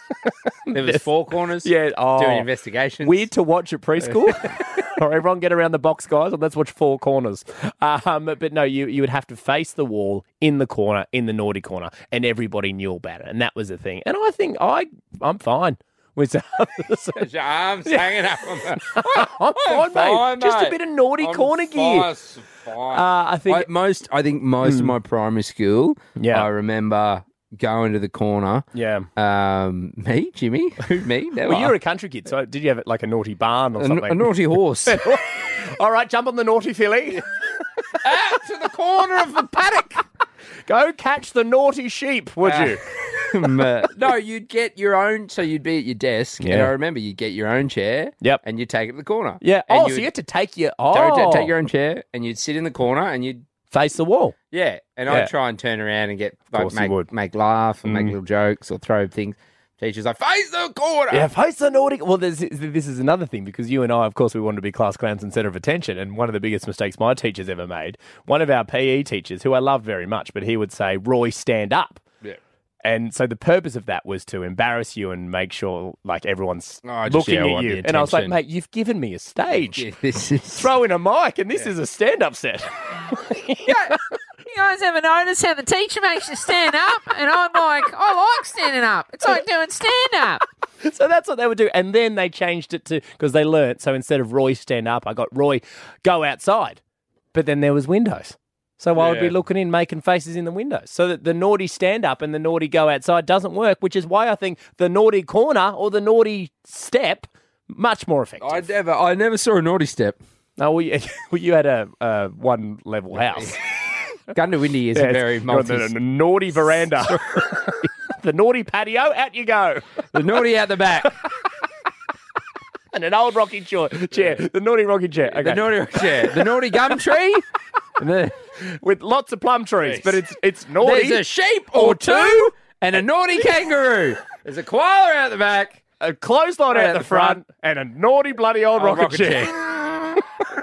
[SPEAKER 3] there was four corners.
[SPEAKER 4] yeah, oh,
[SPEAKER 3] doing investigations.
[SPEAKER 4] Weird to watch at preschool. Or everyone get around the box, guys, and let's watch four corners. Um, but no, you you would have to face the wall in the corner, in the naughty corner, and everybody knew about it, and that was the thing. And I think I I'm fine with that.
[SPEAKER 3] I'm hanging up. On the,
[SPEAKER 4] I'm fine, mate. Just a bit of naughty
[SPEAKER 3] I'm
[SPEAKER 4] corner
[SPEAKER 3] fine,
[SPEAKER 4] gear.
[SPEAKER 3] fine.
[SPEAKER 4] Uh, I think Hmm.
[SPEAKER 3] I, most, I think most of my primary school,
[SPEAKER 4] Yeah.
[SPEAKER 3] I remember going to the corner.
[SPEAKER 4] yeah.
[SPEAKER 3] Um, me, Jimmy, who me? Never.
[SPEAKER 4] Well, you were a country kid, so did you have it like a naughty barn or
[SPEAKER 3] a,
[SPEAKER 4] something?
[SPEAKER 3] a naughty horse. Out
[SPEAKER 4] All right, jump on the naughty filly.
[SPEAKER 3] to the corner of the paddock.
[SPEAKER 4] Go catch the naughty sheep, would
[SPEAKER 3] Uh,
[SPEAKER 4] you?
[SPEAKER 3] Um, uh, no, you'd get your own. So you'd be at your desk, and
[SPEAKER 4] Yeah.
[SPEAKER 3] I remember you'd get your own chair.
[SPEAKER 4] Yep.
[SPEAKER 3] And you take it to the corner.
[SPEAKER 4] Yeah.
[SPEAKER 3] And
[SPEAKER 4] oh, so
[SPEAKER 3] would-
[SPEAKER 4] you had to take your oh,
[SPEAKER 3] don't- don't take your own chair, and you'd sit in the corner, and you'd
[SPEAKER 4] face the wall.
[SPEAKER 3] Yeah, and
[SPEAKER 4] Yeah.
[SPEAKER 3] I try and turn around and get like
[SPEAKER 4] course you
[SPEAKER 3] make
[SPEAKER 4] would.
[SPEAKER 3] make laugh and make
[SPEAKER 4] Mm.
[SPEAKER 3] little jokes or throw things. Teachers like face the corner.
[SPEAKER 4] Yeah, face the Nordic. Well, there's, this is another thing because you and I, of course, we wanted to be class clowns and centre of attention. And one of the biggest mistakes my teachers ever made, one of our PE teachers, who I love very much, but he would say, Roy, stand up.
[SPEAKER 3] Yeah.
[SPEAKER 4] And so the purpose of that was to embarrass you and make sure like everyone's
[SPEAKER 3] Oh, I just-
[SPEAKER 4] looking
[SPEAKER 3] yeah, I
[SPEAKER 4] at
[SPEAKER 3] want
[SPEAKER 4] you.
[SPEAKER 3] the
[SPEAKER 4] And I was like,
[SPEAKER 3] attention.
[SPEAKER 4] mate, you've given me a stage.
[SPEAKER 3] Yeah, this is
[SPEAKER 4] Throw in a mic, and this is a stand-up set.
[SPEAKER 10] You guys ever notice how the teacher makes you stand up? And I'm like, I like standing up. It's like doing stand up.
[SPEAKER 4] so that's what they would do, and then they changed it to because they learnt. So instead of Roy stand up, I got Roy go outside. But then there was windows, so I would be
[SPEAKER 3] Yeah.
[SPEAKER 4] looking in, making faces in the windows, so that the naughty stand up and the naughty go outside doesn't work, which is why I think the naughty corner or the naughty step much more effective.
[SPEAKER 3] I never I never saw a naughty step.
[SPEAKER 4] No, well, you, well, you had a uh, one level house.
[SPEAKER 3] Gundawindi is
[SPEAKER 4] Yeah,
[SPEAKER 3] a
[SPEAKER 4] it's
[SPEAKER 3] very
[SPEAKER 4] got
[SPEAKER 3] multi.
[SPEAKER 4] the, the naughty veranda, the naughty patio. Out you go.
[SPEAKER 3] the naughty out the back.
[SPEAKER 4] and an old rocking chair, chair the naughty rocking chair, okay.
[SPEAKER 3] The naughty yeah, the naughty gum tree. The-
[SPEAKER 4] with lots of plum trees, but it's it's
[SPEAKER 3] there's
[SPEAKER 4] naughty.
[SPEAKER 3] a sheep or two and a naughty kangaroo. There's a koala out the back.
[SPEAKER 4] a clothesline
[SPEAKER 3] Right
[SPEAKER 4] out the front, and a naughty bloody old
[SPEAKER 3] Old
[SPEAKER 4] rocket,
[SPEAKER 3] rocket
[SPEAKER 4] chair.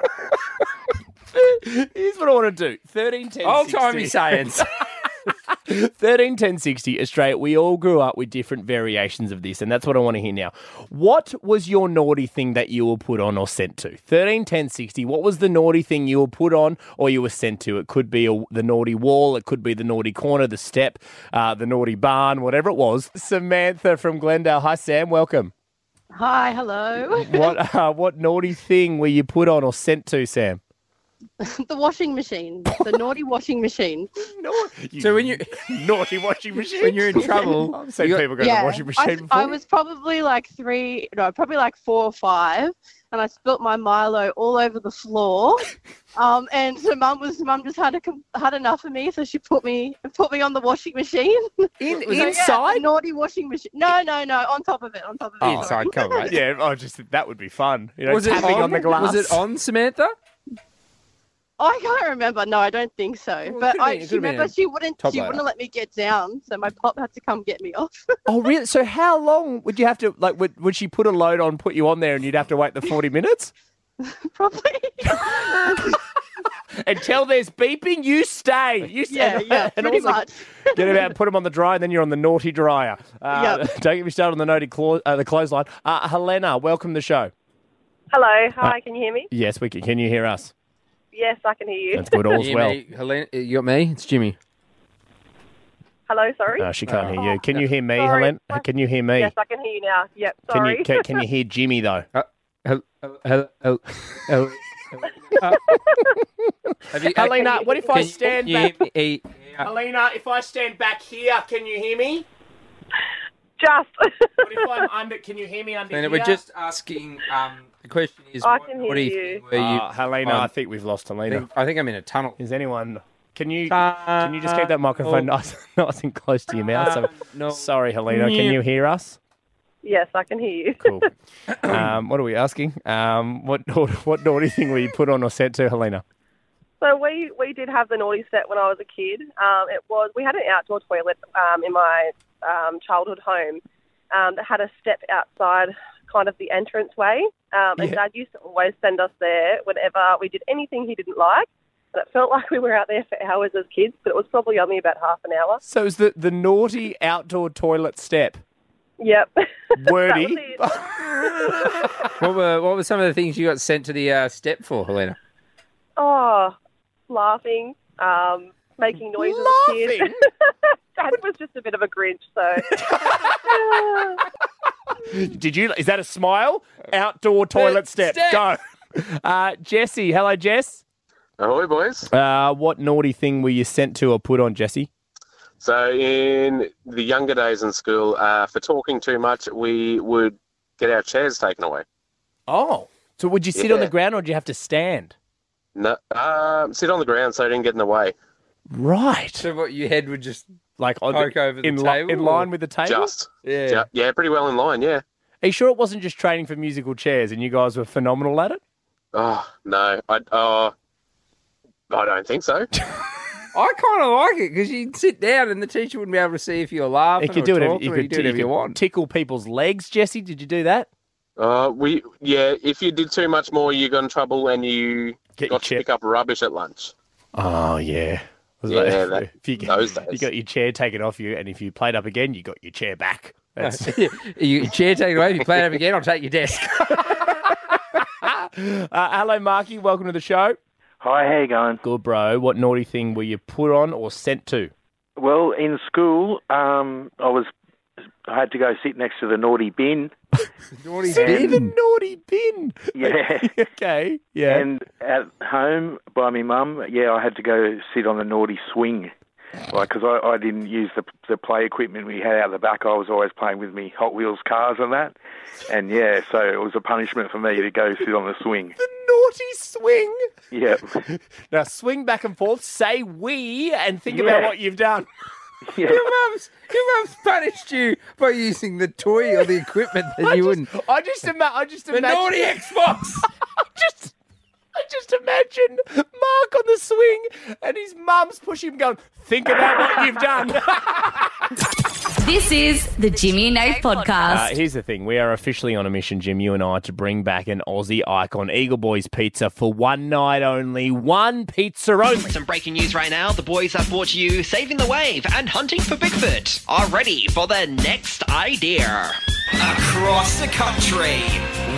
[SPEAKER 4] Here's what I want to do. 13, 10,
[SPEAKER 3] Old timey
[SPEAKER 4] 60.
[SPEAKER 3] sayings.
[SPEAKER 4] 13, 10, 60, Australia, we all grew up with different variations of this, and that's what I want to hear now. What was your naughty thing that you were put on or sent to? 13, 10, 60, what was the naughty thing you were put on or you were sent to? It could be a, the naughty wall, it could be the naughty corner, the step, uh, the naughty barn, whatever it was. Samantha from Glendale. Hi, Sam, welcome.
[SPEAKER 11] Hi, hello.
[SPEAKER 4] What, uh, what naughty thing were you put on or sent to, Sam?
[SPEAKER 11] the washing machine, the naughty washing machine.
[SPEAKER 3] so when you
[SPEAKER 4] Naughty washing machine.
[SPEAKER 3] when you're in trouble,
[SPEAKER 4] I've seen
[SPEAKER 3] you-
[SPEAKER 4] people go to the washing
[SPEAKER 11] I,
[SPEAKER 4] machine before.
[SPEAKER 11] I was probably like three, no, probably like four or five, and I spilt my Milo all over the floor. um, and so mum was mum just had a, com- had enough of me, so she put me put me on the washing machine.
[SPEAKER 4] in,
[SPEAKER 11] So, yeah,
[SPEAKER 4] inside?
[SPEAKER 11] the naughty washing machine. No, no, no, on top of it, on top of it.
[SPEAKER 3] inside cover. Right?
[SPEAKER 4] Yeah, I just think that would be fun. You know,
[SPEAKER 3] Was it
[SPEAKER 4] tapping on, the glass.
[SPEAKER 3] Was it on Samantha?
[SPEAKER 11] I can't remember. No, I don't think so.
[SPEAKER 3] Well, it
[SPEAKER 11] but
[SPEAKER 3] could've
[SPEAKER 11] I
[SPEAKER 3] been- it
[SPEAKER 11] she
[SPEAKER 3] could've been
[SPEAKER 11] remember
[SPEAKER 3] a
[SPEAKER 11] she wouldn't
[SPEAKER 3] top
[SPEAKER 11] she
[SPEAKER 3] loader.
[SPEAKER 11] wouldn't let me get down, so my pop had to come get me off.
[SPEAKER 4] Oh, really? So how long would you have to like? Would, would she put a load on, put you on there, and you'd have to wait the forty minutes?
[SPEAKER 11] probably.
[SPEAKER 4] Until there's beeping, you stay. You stay.
[SPEAKER 11] yeah, yeah,
[SPEAKER 4] And
[SPEAKER 11] pretty
[SPEAKER 4] also
[SPEAKER 11] much.
[SPEAKER 4] Get it out, put them on the dryer, and then you're on the naughty dryer. Uh,
[SPEAKER 11] Yep.
[SPEAKER 4] Don't get me started on the naughty claw, uh, the clothesline. Uh, Helena, welcome to the show. Uh,
[SPEAKER 12] Hello, hi, can you hear me?
[SPEAKER 4] Yes, we can. Can you hear us?
[SPEAKER 12] Yes, I can hear you.
[SPEAKER 4] That's good. All's
[SPEAKER 3] You,
[SPEAKER 4] well.
[SPEAKER 3] me, Helena, you got me. It's Jimmy.
[SPEAKER 12] Hello, sorry.
[SPEAKER 4] No, Uh, she can't hear you. Can
[SPEAKER 12] Oh,
[SPEAKER 4] you hear me,
[SPEAKER 12] sorry.
[SPEAKER 4] Helena? Can you hear me?
[SPEAKER 12] Yes, I can hear you now. Yep,
[SPEAKER 4] can
[SPEAKER 12] sorry.
[SPEAKER 4] you can, can you hear Jimmy though?
[SPEAKER 3] Hello, hello, hello, hello. Have you-
[SPEAKER 4] Helena, what if I
[SPEAKER 3] can you-
[SPEAKER 4] stand
[SPEAKER 3] you
[SPEAKER 4] back?
[SPEAKER 3] hear me?
[SPEAKER 4] Helena, if I stand back here, can you hear me?
[SPEAKER 12] Just.
[SPEAKER 4] What if I'm under? Can you hear me under
[SPEAKER 3] Helena, we're just asking. Um, the question is,
[SPEAKER 12] I
[SPEAKER 3] what
[SPEAKER 12] can hear
[SPEAKER 3] naughty
[SPEAKER 12] you.
[SPEAKER 3] thing were you?
[SPEAKER 4] Ah, Helena,
[SPEAKER 3] Um,
[SPEAKER 4] I think we've lost
[SPEAKER 3] I
[SPEAKER 4] Helena.
[SPEAKER 3] think, I think I'm in a tunnel.
[SPEAKER 4] Is anyone? Can you can you just keep that microphone
[SPEAKER 3] Uh, Um,
[SPEAKER 4] nice, nice and close to your mouth? So,
[SPEAKER 3] no.
[SPEAKER 4] Sorry, Helena. Can you hear us?
[SPEAKER 12] yes, I can hear you.
[SPEAKER 4] Cool. um, what are we asking? Um, what what naughty thing were you put on or sent to Helena?
[SPEAKER 12] So we, we did have the naughty set when I was a kid. Um, it was we had an outdoor toilet um, in my um, childhood home um, that had a step outside, kind of the entrance way. Um, and Dad used to always send us there whenever we did anything he didn't like. And it felt like we were out there for hours as kids, but it was probably only about half an hour.
[SPEAKER 4] So it was the the naughty outdoor toilet step.
[SPEAKER 12] Yep.
[SPEAKER 4] Wordy.
[SPEAKER 12] That was it.
[SPEAKER 3] What were what were some of the things you got sent to the uh, step for, Helena?
[SPEAKER 12] Oh, laughing, um, making noises. as a kid.
[SPEAKER 4] Laughing?
[SPEAKER 12] Dad was just a bit of a Grinch, so
[SPEAKER 4] Did you? Is that a smile? Outdoor toilet step. Go. Uh, Jesse. Hello, Jess.
[SPEAKER 13] Ahoy, boys.
[SPEAKER 4] Uh, what naughty thing were you sent to or put on, Jesse?
[SPEAKER 13] So, in the younger days in school, uh, for talking too much, we would get our chairs taken away.
[SPEAKER 4] Oh. So would you sit on the
[SPEAKER 13] Yeah.
[SPEAKER 4] ground or did you have to stand?
[SPEAKER 13] No, um, sit on the ground so it didn't get in the way.
[SPEAKER 4] Right.
[SPEAKER 3] So what your head would just
[SPEAKER 4] Like on
[SPEAKER 3] poke
[SPEAKER 4] the,
[SPEAKER 3] over the
[SPEAKER 4] in, li-
[SPEAKER 3] table,
[SPEAKER 4] in line
[SPEAKER 3] or-
[SPEAKER 4] with the table?
[SPEAKER 13] Just.
[SPEAKER 3] yeah.
[SPEAKER 13] Yeah. yeah, pretty well in line, yeah.
[SPEAKER 4] Are you sure it wasn't just training for musical chairs and you guys were phenomenal at it?
[SPEAKER 13] Oh, no. I, oh, I don't think so.
[SPEAKER 3] I kind of like it because you can sit down and the teacher wouldn't be able to see if you're laughing.
[SPEAKER 4] You could
[SPEAKER 3] or
[SPEAKER 4] do whatever
[SPEAKER 3] talking,
[SPEAKER 4] you
[SPEAKER 3] or
[SPEAKER 4] could
[SPEAKER 3] do
[SPEAKER 4] do- you
[SPEAKER 3] whatever you
[SPEAKER 4] could
[SPEAKER 3] want.
[SPEAKER 4] Tickle people's legs, Jesse. Did you do that?
[SPEAKER 13] Uh, we yeah. If you did too much more, you got in trouble and you got to pick up rubbish at lunch.
[SPEAKER 4] Oh yeah. Was
[SPEAKER 13] Yeah,
[SPEAKER 4] that-
[SPEAKER 13] that-
[SPEAKER 4] if you,
[SPEAKER 13] those days.
[SPEAKER 4] you got your chair taken off you, and if you played up again, you got your chair back. That's
[SPEAKER 3] you, your chair taken away. If you play it up again, I'll take your desk.
[SPEAKER 4] Uh, hello, Marky. Welcome to the show.
[SPEAKER 14] Hi, how you going?
[SPEAKER 4] Good, bro. What naughty thing were you put on or sent to?
[SPEAKER 14] Well, in school, um, I was I had to go sit next to the naughty bin.
[SPEAKER 3] naughty
[SPEAKER 4] bin. The naughty bin.
[SPEAKER 14] Yeah.
[SPEAKER 4] okay. Yeah.
[SPEAKER 14] And at home by my mum, yeah, I had to go sit on the naughty swing, like because I, I didn't use the the play equipment we had out the back. I was always playing with me Hot Wheels cars and that, and yeah, so it was a punishment for me to go sit on the swing.
[SPEAKER 4] Naughty swing.
[SPEAKER 14] Yeah.
[SPEAKER 4] Now swing back and forth. Say we and think about
[SPEAKER 3] Yeah.
[SPEAKER 4] what you've done.
[SPEAKER 14] Yeah.
[SPEAKER 3] Your mum's your mum's punished you by using the toy or the equipment that you wouldn't.
[SPEAKER 4] I just ima- I just
[SPEAKER 3] The
[SPEAKER 4] imagine
[SPEAKER 3] naughty Xbox.
[SPEAKER 4] I just I just imagine Mark on the swing and his mum's pushing him going, think about what you've done.
[SPEAKER 2] Uh,
[SPEAKER 1] This is the Jimmy and Nate
[SPEAKER 4] Uh,
[SPEAKER 1] podcast.
[SPEAKER 4] here's the thing. We are officially on a mission, Jim, you and I, to bring back an Aussie icon, Eagle Boys Pizza, for one night only. One pizza only.
[SPEAKER 2] Some breaking news right now. The boys have brought you Saving the Wave and Hunting for Bigfoot are ready for their next idea. Across the country,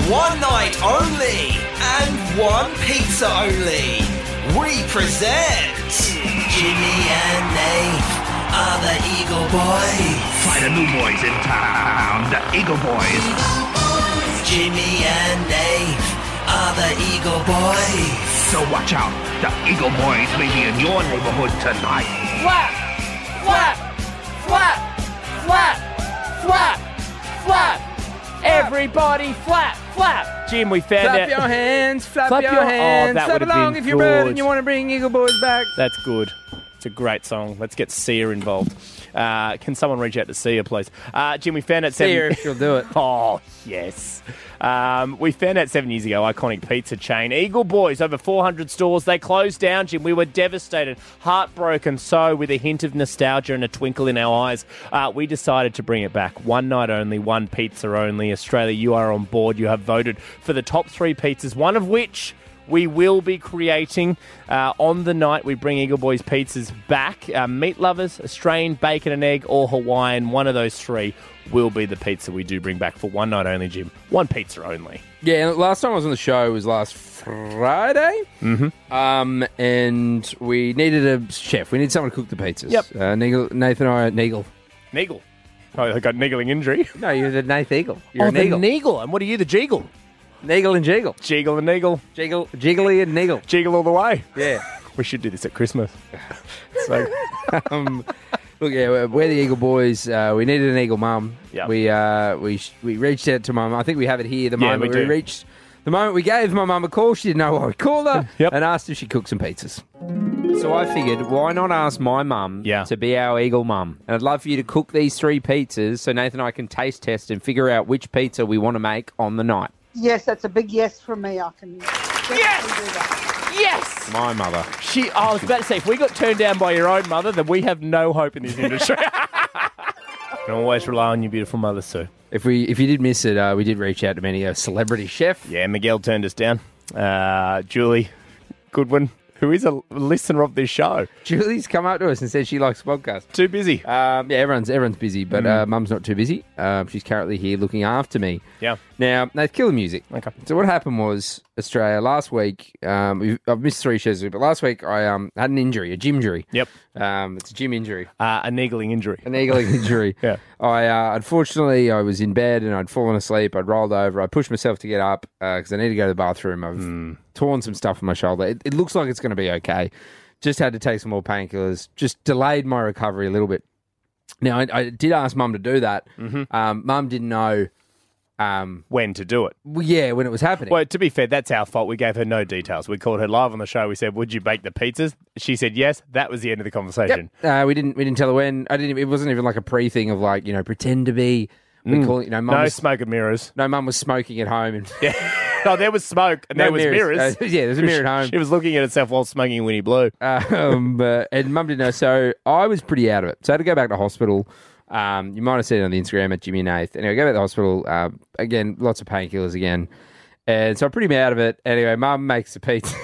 [SPEAKER 2] one night only and one pizza only. We present Jimmy and Nate are the Eagle Boys.
[SPEAKER 15] By the new boys in town, the Eagle Boys.
[SPEAKER 2] Jimmy and Nate are the Eagle Boys.
[SPEAKER 15] So watch out, the Eagle Boys may be in your neighborhood tonight.
[SPEAKER 2] Flap, flap, flap, flap, flap, flap.
[SPEAKER 4] Everybody flap, flap. Jim, we found
[SPEAKER 3] Flap
[SPEAKER 4] out.
[SPEAKER 3] your hands, flap,
[SPEAKER 4] Flap
[SPEAKER 3] your,
[SPEAKER 4] your- oh,
[SPEAKER 3] hands,
[SPEAKER 4] that
[SPEAKER 3] flap
[SPEAKER 4] would've been
[SPEAKER 3] along if you're bird and
[SPEAKER 4] good.
[SPEAKER 3] you want to bring Eagle Boys back.
[SPEAKER 4] That's good. It's a great song. Let's get Sia involved. Uh, can someone reach out to Sia, please? Uh, Jim, we found out seven.
[SPEAKER 3] Sia, if she'll do it.
[SPEAKER 4] oh, yes. Um, we found out seven years ago, iconic pizza chain Eagle Boys, over 400 stores. They closed down, Jim. We were devastated, heartbroken, so with a hint of nostalgia and a twinkle in our eyes, uh, we decided to bring it back. One night only, one pizza only. Australia, you are on board. You have voted for the top three pizzas, one of which we will be creating uh, on the night we bring Eagle Boys pizzas back. Uh, meat lovers, Australian bacon and egg, or Hawaiian, one of those three will be the pizza we do bring back for one night only, Jim. One pizza only.
[SPEAKER 3] Yeah, and last time I was on the show was last Friday.
[SPEAKER 4] Mm-hmm.
[SPEAKER 3] Um, and we needed a chef. We needed someone to cook the pizzas.
[SPEAKER 4] Yep.
[SPEAKER 3] Uh, Neagle, Nathan and I, Neagle.
[SPEAKER 4] Neagle. Oh, they got niggling injury.
[SPEAKER 3] No, you're the Nath Eagle. You're
[SPEAKER 4] oh,
[SPEAKER 3] a
[SPEAKER 4] the
[SPEAKER 3] Neagle.
[SPEAKER 4] Neagle. And what are you, the Jeagle?
[SPEAKER 3] Neagle and Jeagle.
[SPEAKER 4] Jeagle and Neagle.
[SPEAKER 3] Jiggle, jiggly and niggle.
[SPEAKER 4] Jiggle all the way.
[SPEAKER 3] Yeah.
[SPEAKER 4] We should do this at Christmas. so,
[SPEAKER 3] um, look, yeah, we're, we're the Eagle Boys. Uh, we needed an Eagle mum.
[SPEAKER 4] Yeah.
[SPEAKER 3] We uh, we sh- we reached out to mum. I think we have it here. The
[SPEAKER 4] Yeah,
[SPEAKER 3] moment
[SPEAKER 4] we do.
[SPEAKER 3] reached, the moment we gave my mum a call, she didn't know why we called her, and asked if she cooked some pizzas. So I figured, why not ask my mum to be our Eagle mum? And I'd love for you to cook these three pizzas so Nathan and I can taste test and figure out which pizza we want to make on the night.
[SPEAKER 16] Yes, that's a big yes from me. I can. Yes.
[SPEAKER 4] Yes.
[SPEAKER 3] My mother.
[SPEAKER 4] She, I was about to say, if we got turned down by your own mother, then we have no hope in this industry. can always rely on your beautiful mother, Sue.
[SPEAKER 3] If we if you did miss it, uh, we did reach out to many a celebrity chef.
[SPEAKER 4] Yeah, Miguel turned us down. Uh, Julie Goodwin, who is a listener of this show.
[SPEAKER 3] Julie's come up to us and said she likes the podcast.
[SPEAKER 4] Too busy.
[SPEAKER 3] Um, yeah, everyone's everyone's busy, but
[SPEAKER 4] Mm.
[SPEAKER 3] uh, Mum's not too busy. Um, she's currently here looking after me.
[SPEAKER 4] Yeah.
[SPEAKER 3] Now, Nath, kill the music.
[SPEAKER 4] Okay.
[SPEAKER 3] So what happened was Australia last week. Um, we've, I've missed three shows, but last week I um had an injury, a gym injury.
[SPEAKER 4] Yep.
[SPEAKER 3] Um, it's a gym injury.
[SPEAKER 4] Uh, a niggling injury.
[SPEAKER 3] An niggling injury.
[SPEAKER 4] yeah.
[SPEAKER 3] I uh, unfortunately I was in bed and I'd fallen asleep. I'd rolled over. I pushed myself to get up because I need to go to the bathroom. I've
[SPEAKER 4] Hmm.
[SPEAKER 3] torn some stuff on my shoulder. It, it looks like it's going to be okay. Just had to take some more painkillers. Just delayed my recovery a little bit. Now I, I did ask mum to do that.
[SPEAKER 4] Mm-hmm.
[SPEAKER 3] Um, mum didn't know um,
[SPEAKER 4] when to do it.
[SPEAKER 3] Well, yeah, when it was happening.
[SPEAKER 4] Well, to be fair, that's our fault. We gave her no details. We called her live on the show. We said, "Would you bake the pizzas?" She said yes. That was the end of the conversation.
[SPEAKER 3] Uh, we didn't. We didn't tell her when. I didn't. It wasn't even like a pre thing of like you know pretend to be. We
[SPEAKER 4] Mm.
[SPEAKER 3] call it. You know, mum
[SPEAKER 4] no
[SPEAKER 3] was-
[SPEAKER 4] smoke and mirrors.
[SPEAKER 3] No, mum was smoking at home, and
[SPEAKER 4] No, there was smoke and
[SPEAKER 3] No
[SPEAKER 4] there was
[SPEAKER 3] mirrors.
[SPEAKER 4] mirrors.
[SPEAKER 3] Uh, yeah, there's a mirror at home.
[SPEAKER 4] She was looking at herself while smoking Winnie Blue.
[SPEAKER 3] um, but, and mum didn't know. So I was pretty out of it. So I had to go back to hospital. Um, you might have seen it on the Instagram at Jimmy and Nath. Anyway, go back to the hospital. Um, again, lots of painkillers again. And so I'm pretty out of it. Anyway, mum makes the pizza.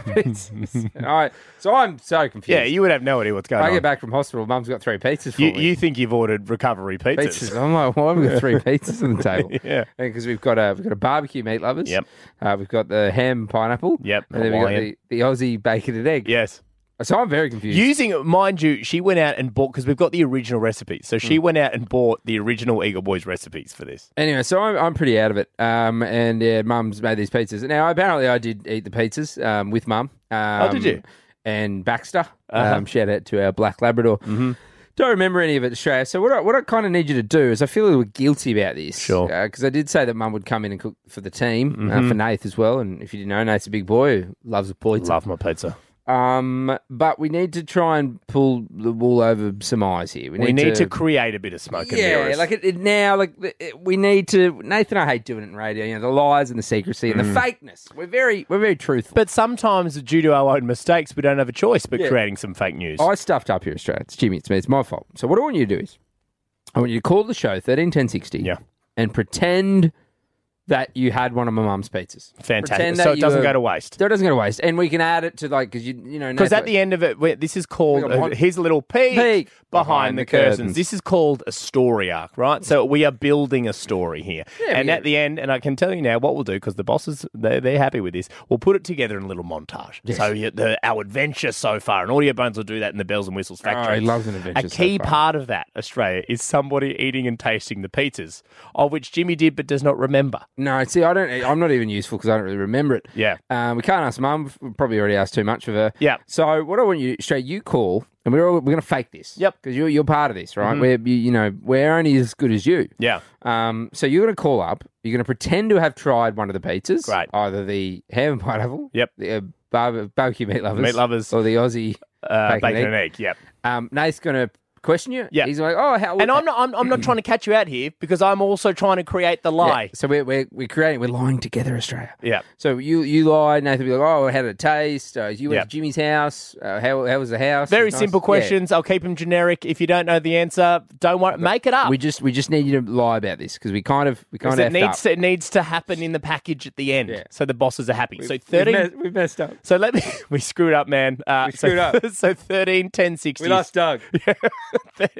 [SPEAKER 3] And I, so I'm so confused.
[SPEAKER 4] Yeah, you would have no idea what's going
[SPEAKER 3] I
[SPEAKER 4] on.
[SPEAKER 3] get back from hospital. Mum's got three pizzas for
[SPEAKER 4] You,
[SPEAKER 3] me.
[SPEAKER 4] you think you've ordered recovery pizzas?
[SPEAKER 3] Pizzas. I'm like, why have we got three pizzas on the table?
[SPEAKER 4] yeah,
[SPEAKER 3] because we've got a we've got a barbecue meat lovers. Yep. Uh, we've got the ham pineapple. Yep. And then
[SPEAKER 4] Hawaiian.
[SPEAKER 3] we've got the, the Aussie bacon and egg.
[SPEAKER 4] Yes.
[SPEAKER 3] So I'm very confused.
[SPEAKER 4] Using, mind you, she went out and bought because we've got the original recipe. So she
[SPEAKER 3] Mm.
[SPEAKER 4] went out and bought the original Eagle Boys recipes for this.
[SPEAKER 3] Anyway, so I'm, I'm pretty out of it. Um, and yeah, mum's made these pizzas. Now, apparently, I did eat the pizzas um, with mum. Um,
[SPEAKER 4] Oh, did you?
[SPEAKER 3] And Baxter.
[SPEAKER 4] Uh-huh. Mm-hmm.
[SPEAKER 3] Um, shout out to our black Labrador. Don't remember any of it, Australia. So what I, what I kind of need you to do is I feel a little guilty about this. Sure. Because I did say that mum would come in and cook for the team, uh,
[SPEAKER 4] Mhm.
[SPEAKER 3] for Nath as well. And if you didn't know, Nath's a big boy who loves a pizza.
[SPEAKER 4] Love my pizza.
[SPEAKER 3] Um, but we need to try and pull the wool over some eyes here.
[SPEAKER 4] We need, to, create a bit of smoke and
[SPEAKER 3] yeah,
[SPEAKER 4] mirrors.
[SPEAKER 3] like it, it now, like the- it, we need to. Nathan, I hate doing it in radio. You know, the lies and the secrecy and the fake. We're very we're very truthful.
[SPEAKER 4] Mm. But sometimes due to our own mistakes, we don't have a choice but
[SPEAKER 3] Yeah.
[SPEAKER 4] creating some fake news.
[SPEAKER 3] I stuffed up here, Australia. It's Jimmy. It's me. It's my fault. So what I want you to do is, I want you to call the show thirteen ten sixty. Yeah. And pretend that you had one of my mum's pizzas.
[SPEAKER 4] Fantastic.
[SPEAKER 3] Pretend
[SPEAKER 4] So
[SPEAKER 3] that
[SPEAKER 4] it
[SPEAKER 3] you
[SPEAKER 4] doesn't
[SPEAKER 3] were-
[SPEAKER 4] go to waste.
[SPEAKER 3] So it doesn't go to waste, and we can add it to like because you you know
[SPEAKER 4] Because
[SPEAKER 3] Nathan-
[SPEAKER 4] at the end of it, we- this is called
[SPEAKER 3] We got
[SPEAKER 4] uh,
[SPEAKER 3] one-
[SPEAKER 4] here's a little peek,
[SPEAKER 3] Peek
[SPEAKER 4] behind,
[SPEAKER 3] behind
[SPEAKER 4] the,
[SPEAKER 3] the
[SPEAKER 4] curtains.
[SPEAKER 3] curtains.
[SPEAKER 4] This is called a story arc, right? So we are building a story here,
[SPEAKER 3] Yeah,
[SPEAKER 4] and
[SPEAKER 3] we-
[SPEAKER 4] at the end, and I can tell you now what we'll do because the bosses they're, they're happy with this. We'll put it together in a little montage. So you, the, our adventure so far, and Audio Bones will do that in the Bells and Whistles factory.
[SPEAKER 3] Ah, he loves an adventure
[SPEAKER 4] A
[SPEAKER 3] so
[SPEAKER 4] key
[SPEAKER 3] far.
[SPEAKER 4] part of that Australia is somebody eating and tasting the pizzas, of which Jimmy did but does not remember.
[SPEAKER 3] No, see, I don't. I'm not even useful because I don't really remember it.
[SPEAKER 4] Yeah.
[SPEAKER 3] Um, we can't ask mum. We've probably already asked too much of her.
[SPEAKER 4] Yeah.
[SPEAKER 3] So what I want you, straight, you call, and we're all, we're gonna fake this. Yep. Because you're you're part of this, right?
[SPEAKER 4] Mhm.
[SPEAKER 3] We're you, you know we're only as good as you.
[SPEAKER 4] Yeah.
[SPEAKER 3] Um. So you're gonna call up. You're gonna pretend to have tried one of the pizzas. Right. Either the ham and pineapple.
[SPEAKER 4] Yep.
[SPEAKER 3] The uh, barbe- barbecue meat lovers.
[SPEAKER 4] Meat lovers.
[SPEAKER 3] Or the Aussie
[SPEAKER 4] Uh, bacon, and egg. Yep.
[SPEAKER 3] Um. Nate's gonna question you.
[SPEAKER 4] Yeah.
[SPEAKER 3] He's like, oh, how?
[SPEAKER 4] And I'm not, I'm, I'm not trying to catch you out here because I'm also trying to create the
[SPEAKER 3] Yeah.
[SPEAKER 4] lie.
[SPEAKER 3] So we're, we're we're creating. We're lying together, Australia.
[SPEAKER 4] Yeah.
[SPEAKER 3] So you you lied. Nathan be like, oh, how did it taste? Uh, you went
[SPEAKER 4] Yeah.
[SPEAKER 3] to Jimmy's house. Uh, how how was the house?
[SPEAKER 4] Very
[SPEAKER 3] Nice.
[SPEAKER 4] simple
[SPEAKER 3] Yeah.
[SPEAKER 4] questions. I'll keep them generic. If you don't know the answer, don't worry. Make it up.
[SPEAKER 3] We just we just need you to lie about this because we kind of we kind
[SPEAKER 4] 'Cause
[SPEAKER 3] of
[SPEAKER 4] it
[SPEAKER 3] effed
[SPEAKER 4] needs
[SPEAKER 3] up.
[SPEAKER 4] it needs to happen in the package at the end, so the bosses are happy. so
[SPEAKER 3] We've-
[SPEAKER 4] thirteen,
[SPEAKER 3] we've, mess- we've messed up.
[SPEAKER 4] so let me. We screwed up, man. Uh,
[SPEAKER 3] We screwed
[SPEAKER 4] so,
[SPEAKER 3] up.
[SPEAKER 4] So 13, 10, 60.
[SPEAKER 3] We lost Doug.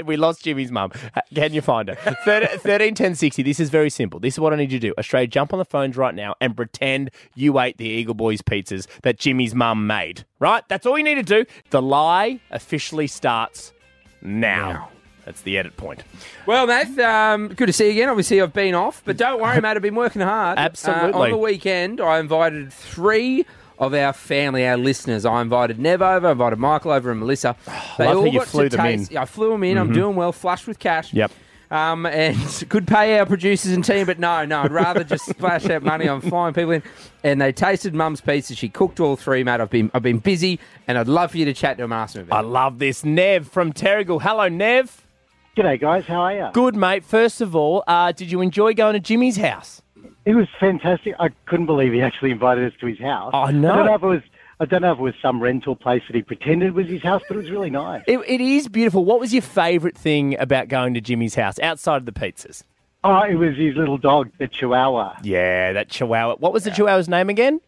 [SPEAKER 4] we lost Jimmy's mum. Uh, Can you find her? 13, 13, 10, 60. This is very simple. This is what I need you to do. Australia, jump on the phones right now and pretend you ate the Eagle Boys pizzas that Jimmy's mum made. Right? That's all you need to do. The lie officially starts now. That's the edit point.
[SPEAKER 3] Well, Nath, um, good to see you again. Obviously, I've been off, but don't worry, mate. I've been working hard. Uh,
[SPEAKER 4] Absolutely.
[SPEAKER 3] on the weekend, I invited three of our family, our listeners. I invited Nev over, I invited Michael over, and Melissa. They
[SPEAKER 4] love how
[SPEAKER 3] all
[SPEAKER 4] Oh, you
[SPEAKER 3] got
[SPEAKER 4] flew
[SPEAKER 3] to
[SPEAKER 4] them in.
[SPEAKER 3] taste. I flew them in. I'm
[SPEAKER 4] Mhm.
[SPEAKER 3] doing well, flush with cash.
[SPEAKER 4] Yep.
[SPEAKER 3] Um, and could pay our producers and team, but no, no, I'd rather just splash out money on flying people in. And they tasted Mum's pizza. She cooked all three, mate. I've been, I've been busy, and I'd love for you to chat to them and ask them about.
[SPEAKER 4] I love this. Nev from Terrigal. Hello, Nev.
[SPEAKER 17] G'day, guys. How are you?
[SPEAKER 4] Good, mate. First of all, uh, did you enjoy going to Jimmy's house?
[SPEAKER 17] It was fantastic. I couldn't believe he actually invited us to his house.
[SPEAKER 4] I know.
[SPEAKER 17] I don't know if it was. I don't know if it was some rental place that he pretended was his house, but it was really nice.
[SPEAKER 4] It, it is beautiful. What was your favourite thing about going to Jimmy's house outside of the pizzas?
[SPEAKER 17] Oh, it was his little dog, the Chihuahua.
[SPEAKER 4] Yeah, that Chihuahua. What was the Chihuahua's name again?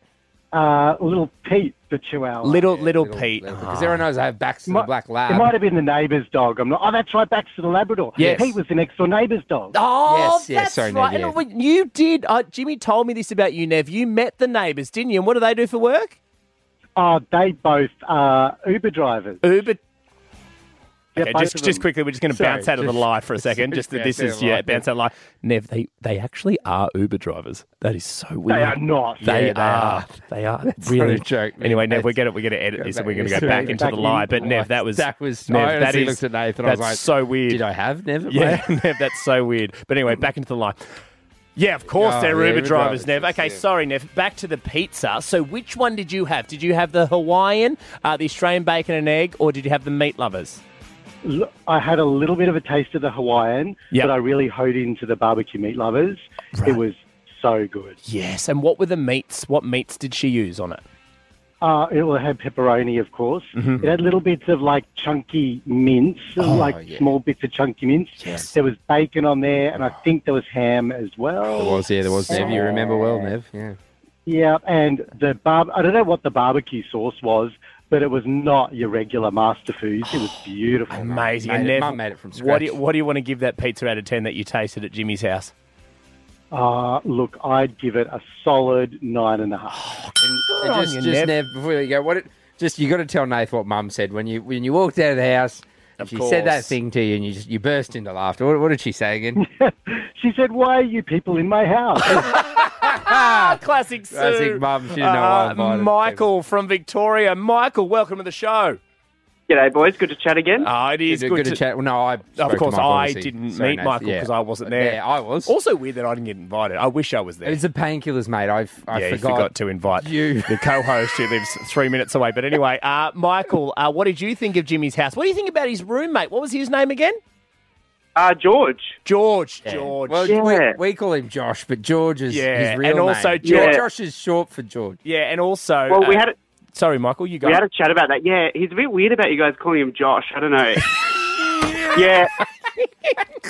[SPEAKER 17] Uh, little Pete, the Chihuahua.
[SPEAKER 4] Little little, Pete. Ah.
[SPEAKER 3] Because everyone knows I have Baxter the Black Lab.
[SPEAKER 17] It might have been the neighbour's dog. I'm not. Oh, that's right, Baxter the Labrador.
[SPEAKER 4] Yes.
[SPEAKER 17] Pete was the next door neighbour's dog.
[SPEAKER 4] Oh,
[SPEAKER 17] Yes,
[SPEAKER 4] that's
[SPEAKER 17] yes, sorry, Nev,
[SPEAKER 4] right.
[SPEAKER 17] yeah.
[SPEAKER 4] And when you did. Uh, Jimmy told me this about you, Nev. You met the neighbours, didn't you? And what do they do for work?
[SPEAKER 17] Oh, they both are Uber drivers.
[SPEAKER 4] Uber.
[SPEAKER 17] Yeah,
[SPEAKER 4] okay,
[SPEAKER 17] both
[SPEAKER 4] just,
[SPEAKER 17] of
[SPEAKER 4] just
[SPEAKER 17] them.
[SPEAKER 4] quickly, we're just going to
[SPEAKER 17] Sorry,
[SPEAKER 4] bounce out of the
[SPEAKER 17] just-
[SPEAKER 4] lie for a second. Just that this
[SPEAKER 17] just bounce
[SPEAKER 4] is
[SPEAKER 17] out of the
[SPEAKER 4] yeah,
[SPEAKER 17] lie.
[SPEAKER 4] bounce out of the lie. Nev, they they actually are Uber drivers. That is so weird.
[SPEAKER 17] are not.
[SPEAKER 4] They
[SPEAKER 17] Yeah,
[SPEAKER 4] are.
[SPEAKER 17] they are.
[SPEAKER 4] They are.
[SPEAKER 17] That's
[SPEAKER 4] really
[SPEAKER 17] not a joke, man.
[SPEAKER 4] Anyway, Nev,
[SPEAKER 17] That's-
[SPEAKER 4] we're going to we're going to edit
[SPEAKER 17] Go
[SPEAKER 4] this and
[SPEAKER 17] back
[SPEAKER 4] we're going to
[SPEAKER 17] into
[SPEAKER 4] go
[SPEAKER 17] the-
[SPEAKER 4] back into
[SPEAKER 17] back
[SPEAKER 4] the lie.
[SPEAKER 17] into
[SPEAKER 4] But
[SPEAKER 17] the
[SPEAKER 4] Nev,
[SPEAKER 17] lie.
[SPEAKER 4] that was
[SPEAKER 17] That was-
[SPEAKER 4] Nev,
[SPEAKER 17] I
[SPEAKER 4] that
[SPEAKER 17] honestly
[SPEAKER 4] is
[SPEAKER 17] looked at Nathan, I was
[SPEAKER 4] That's
[SPEAKER 17] like,
[SPEAKER 4] so weird.
[SPEAKER 17] "Did I have Nev at
[SPEAKER 4] Yeah, Nev, that's so weird. But anyway, back into the lie. Yeah, of course
[SPEAKER 17] Oh,
[SPEAKER 4] they're
[SPEAKER 17] yeah,
[SPEAKER 4] Uber
[SPEAKER 17] Uber
[SPEAKER 4] drivers,
[SPEAKER 17] drivers,
[SPEAKER 4] Nev.
[SPEAKER 17] yes,
[SPEAKER 4] Okay,
[SPEAKER 17] yeah.
[SPEAKER 4] sorry, Nev. Back to the pizza. So, which one did you have? Did you have the Hawaiian, uh, the Australian bacon and egg, or did you have the meat lovers?
[SPEAKER 17] Look, I had a little bit of a taste of the Hawaiian,
[SPEAKER 4] Yeah.
[SPEAKER 17] but I really hoed into the barbecue meat lovers. It was so good.
[SPEAKER 4] Yes. And what were the meats? What meats did she use on it?
[SPEAKER 17] Uh, it will have pepperoni, of course. It had little bits of like chunky mince,
[SPEAKER 4] Mm-hmm. Oh,
[SPEAKER 17] like
[SPEAKER 4] yeah.
[SPEAKER 17] small bits of chunky mince.
[SPEAKER 4] Yes. Oh.
[SPEAKER 17] There was bacon on there, and I think there was ham as well.
[SPEAKER 3] There was, yeah, there was Nev. You remember well, Nev. Yeah.
[SPEAKER 17] Yeah, and the barb I don't know what the barbecue sauce was, but it was not your regular master foods. It was beautiful.
[SPEAKER 4] Amazing.
[SPEAKER 17] Made
[SPEAKER 4] and
[SPEAKER 17] it-
[SPEAKER 4] Nev,
[SPEAKER 17] Mum made it from
[SPEAKER 4] What
[SPEAKER 17] scratch.
[SPEAKER 4] do, you, what do you want to give that pizza out of 10 that you tasted at Jimmy's house?
[SPEAKER 17] Uh, look, I'd give it a solid nine and a half.
[SPEAKER 3] And just, just Nev. before you go, what? It, just you got to tell Nath what Mum said when you when you walked out of the house.
[SPEAKER 4] Of
[SPEAKER 3] she said that
[SPEAKER 17] course.
[SPEAKER 3] thing to you, and you just you burst into laughter. What, what did she say again?
[SPEAKER 17] She said, "Why are you people in my house?"
[SPEAKER 4] Ah, classic Sue.
[SPEAKER 3] Classic mum. She didn't know why I invited
[SPEAKER 4] Uh, Michael from Victoria. Michael, welcome to the show.
[SPEAKER 18] G'day, boys. Good to chat again.
[SPEAKER 4] Oh, it is
[SPEAKER 3] Good
[SPEAKER 4] good,
[SPEAKER 3] to- good to chat. Well, no, I spoke
[SPEAKER 4] of
[SPEAKER 3] to
[SPEAKER 4] course
[SPEAKER 3] Michael,
[SPEAKER 4] I
[SPEAKER 3] obviously.
[SPEAKER 4] didn't
[SPEAKER 3] Sorry,
[SPEAKER 4] meet
[SPEAKER 3] Nathan.
[SPEAKER 4] Michael
[SPEAKER 3] Yeah.
[SPEAKER 4] because I wasn't there.
[SPEAKER 3] Yeah, I was.
[SPEAKER 4] Also weird that I didn't get invited. I wish I was there.
[SPEAKER 3] It's the painkillers, mate. I've I
[SPEAKER 4] yeah,
[SPEAKER 3] forgot.
[SPEAKER 4] you forgot to invite
[SPEAKER 3] you,
[SPEAKER 4] the co-host who lives three minutes away. But anyway, uh, Michael, uh, what did you think of Jimmy's house? What do you think about his roommate? What was his name again?
[SPEAKER 18] Uh, George.
[SPEAKER 4] George.
[SPEAKER 3] Yeah.
[SPEAKER 4] George.
[SPEAKER 3] Well, we, we call him Josh, but George is
[SPEAKER 4] Yeah,
[SPEAKER 3] his
[SPEAKER 4] and
[SPEAKER 3] real
[SPEAKER 4] also
[SPEAKER 3] name.
[SPEAKER 4] George-
[SPEAKER 3] Josh is short for George.
[SPEAKER 4] Yeah, and also.
[SPEAKER 18] Well, we had a-
[SPEAKER 4] Sorry, Michael. You go.
[SPEAKER 18] We had a chat about that. Yeah, he's a bit weird about you guys calling him Josh. I don't know. yeah.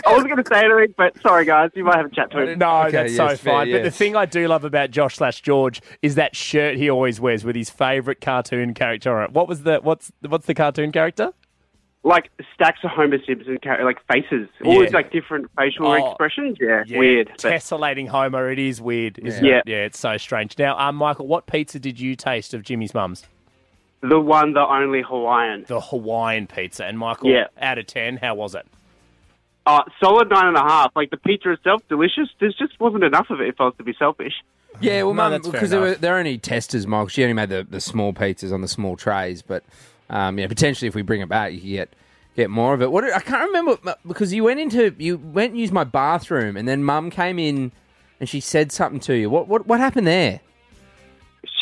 [SPEAKER 18] I was going to say anything, but sorry, guys. You might have a chat to him.
[SPEAKER 4] No, Oh, that's so fine. but the thing I do love about Josh slash George is that shirt he always wears with his favourite cartoon character on it. What was the what's what's the cartoon character?
[SPEAKER 18] Like stacks of Homer Simpson character, like faces, always
[SPEAKER 4] Yeah.
[SPEAKER 18] like different facial
[SPEAKER 4] Oh,
[SPEAKER 18] expressions. Yeah, weird. but-
[SPEAKER 4] Tessellating Homer. It is weird, isn't
[SPEAKER 18] Yeah.
[SPEAKER 4] it? Yeah, it's so strange. Now, um, Michael, what pizza did you taste of Jimmy's mum's?
[SPEAKER 18] The one, the only Hawaiian.
[SPEAKER 4] The Hawaiian pizza. And Michael,
[SPEAKER 18] Yeah.
[SPEAKER 4] out of ten, how was it?
[SPEAKER 18] Uh, solid nine and a half. Like the pizza itself, delicious. There just wasn't enough of it. If I was to be selfish.
[SPEAKER 3] Yeah, well,
[SPEAKER 18] No,
[SPEAKER 3] mum,
[SPEAKER 18] that's fair
[SPEAKER 3] because they
[SPEAKER 18] enough.
[SPEAKER 3] were they're only testers, Michael. She only made the, the small pizzas on the small trays, but um, yeah, potentially if we bring it back, you can get get more of it. What I can't remember m- because you went into you went and used my bathroom, and then Mum came in and she said something to you. What what what happened there?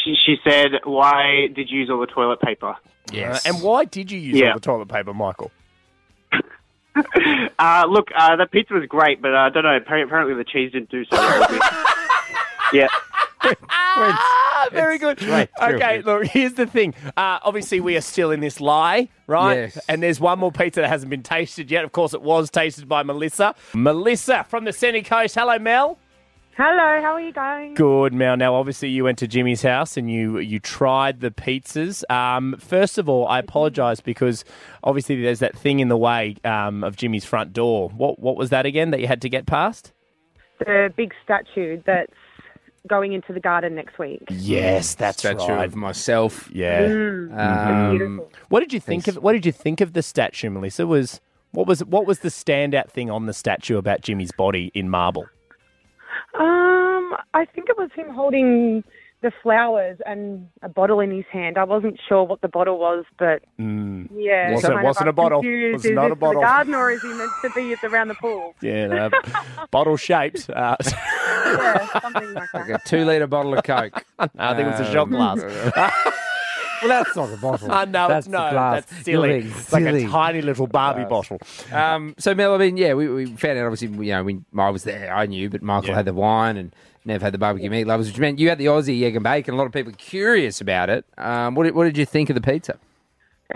[SPEAKER 18] She, she said, "Why did you use all the toilet paper?"
[SPEAKER 3] Uh,
[SPEAKER 4] Yes. Uh, and why did you use
[SPEAKER 18] Yeah.
[SPEAKER 4] all the toilet paper, Michael?
[SPEAKER 18] Uh, look, uh, the pizza was great, but uh, I don't know. appar- Apparently, the cheese didn't do so. well with it. yeah.
[SPEAKER 4] Ah, very good.
[SPEAKER 18] right through
[SPEAKER 4] okay,
[SPEAKER 18] it.
[SPEAKER 4] look, here's the thing. Uh, obviously, we are still in this lie, right?
[SPEAKER 3] Yes.
[SPEAKER 4] And there's one more pizza that hasn't been tasted yet. Of course, it was tasted by Melissa. Melissa from the Sunny Coast. Hello, Mel.
[SPEAKER 19] Hello, how are you going?
[SPEAKER 4] Good, Mel. Now, obviously, you went to Jimmy's house and you you tried the pizzas. Um, first of all, I apologise because obviously there's that thing in the way um, of Jimmy's front door. What what was that again that you had to get past?
[SPEAKER 19] The big statue that's going into the garden next week.
[SPEAKER 4] Yes, that's
[SPEAKER 3] Statue
[SPEAKER 4] right.
[SPEAKER 3] of myself.
[SPEAKER 4] Yeah. Mm-hmm.
[SPEAKER 19] Mm,
[SPEAKER 3] Um,
[SPEAKER 19] beautiful.
[SPEAKER 4] What did you think of What did you think of the statue, Melissa? Was what was what was the standout thing on the statue about Jimmy's body in marble?
[SPEAKER 19] Um, I think it was him holding the flowers and a bottle in his hand. I wasn't sure what the bottle was, but
[SPEAKER 4] Mm.
[SPEAKER 19] yeah,
[SPEAKER 4] wasn't
[SPEAKER 19] kind of,
[SPEAKER 4] wasn't a
[SPEAKER 19] I'm
[SPEAKER 4] bottle.
[SPEAKER 19] confused.
[SPEAKER 4] Was
[SPEAKER 19] is
[SPEAKER 4] not
[SPEAKER 19] this
[SPEAKER 4] a
[SPEAKER 19] for
[SPEAKER 4] bottle.
[SPEAKER 19] The garden, or is he meant to be at the- around the pool?
[SPEAKER 4] Yeah, no, bottle shaped. Uh,
[SPEAKER 3] like a two liter bottle of Coke. Um,
[SPEAKER 4] I think it was a shot glass.
[SPEAKER 3] well, that's not a bottle.
[SPEAKER 4] I know
[SPEAKER 3] that's
[SPEAKER 4] it's
[SPEAKER 3] the
[SPEAKER 4] Ah, no,
[SPEAKER 3] glass.
[SPEAKER 4] that's silly.
[SPEAKER 3] You're being
[SPEAKER 4] It's like a
[SPEAKER 3] silly.
[SPEAKER 4] tiny little Barbie
[SPEAKER 3] Glass.
[SPEAKER 4] bottle.
[SPEAKER 3] Um, so Mel, I mean, yeah, we, we found out obviously, you know, we, I was there, I knew, but Michael had the wine and Nev had the barbecue meat lovers, which meant you had the Aussie egg and bacon. A lot of people are curious about it. Um, what, did, what did you think of the pizza?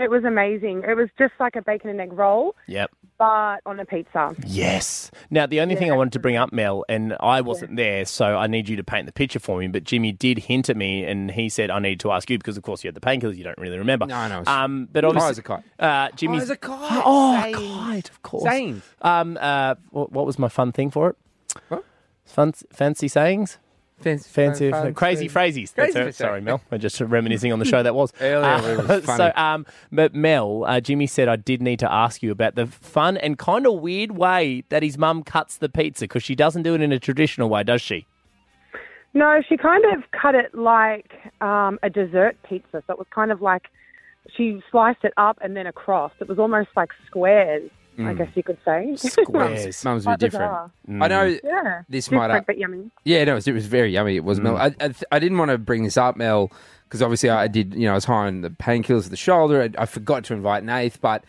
[SPEAKER 19] It was amazing. It was just like a bacon and egg roll,
[SPEAKER 4] Yep.
[SPEAKER 19] but on a pizza.
[SPEAKER 4] Yes. Now, the only thing I wanted to bring up, Mel, and I wasn't there, so I need you to paint the picture for me. But Jimmy did hint at me, and he said I need to ask you because, of course, you had the painkillers. You don't really remember. No, no. Um, but
[SPEAKER 3] High
[SPEAKER 4] obviously,
[SPEAKER 3] as a kite.
[SPEAKER 4] Uh, Jimmy's
[SPEAKER 3] as a kite.
[SPEAKER 4] Oh,
[SPEAKER 3] Same.
[SPEAKER 4] kite, of course.
[SPEAKER 3] Same.
[SPEAKER 4] Um, uh, what, what was my fun thing for it? Fun, fancy sayings.
[SPEAKER 3] Fancy,
[SPEAKER 4] fancy,
[SPEAKER 3] fancy-
[SPEAKER 4] crazy phrases. That's
[SPEAKER 3] Crazy
[SPEAKER 4] it.
[SPEAKER 3] phrases.
[SPEAKER 4] Sorry, Mel. We're just reminiscing on the show that was
[SPEAKER 3] Earlier it was
[SPEAKER 4] So,
[SPEAKER 3] funny.
[SPEAKER 4] um, but Mel, uh, Jimmy said I did need to ask you about the fun and kind of weird way that his mum cuts the pizza because she doesn't do it in a traditional way, does she?
[SPEAKER 19] No, she kind of cut it like um, a dessert pizza. So it was kind of like she sliced it up and then across. It was almost like squares, I
[SPEAKER 3] Mm.
[SPEAKER 19] guess you could say.
[SPEAKER 3] Mum's, mum's a bit
[SPEAKER 19] Quite
[SPEAKER 3] different. Mm.
[SPEAKER 19] bizarre.
[SPEAKER 3] I know
[SPEAKER 19] Yeah.
[SPEAKER 3] this
[SPEAKER 19] different,
[SPEAKER 3] might. uh,
[SPEAKER 19] but yummy.
[SPEAKER 3] Yeah, no, it was, it was very yummy. It
[SPEAKER 4] Mm.
[SPEAKER 3] was Mel. I, I, th- I didn't want to bring this up, Mel, because obviously I did. You know, I was high on the painkillers of the shoulder. I, I forgot to invite Nath, but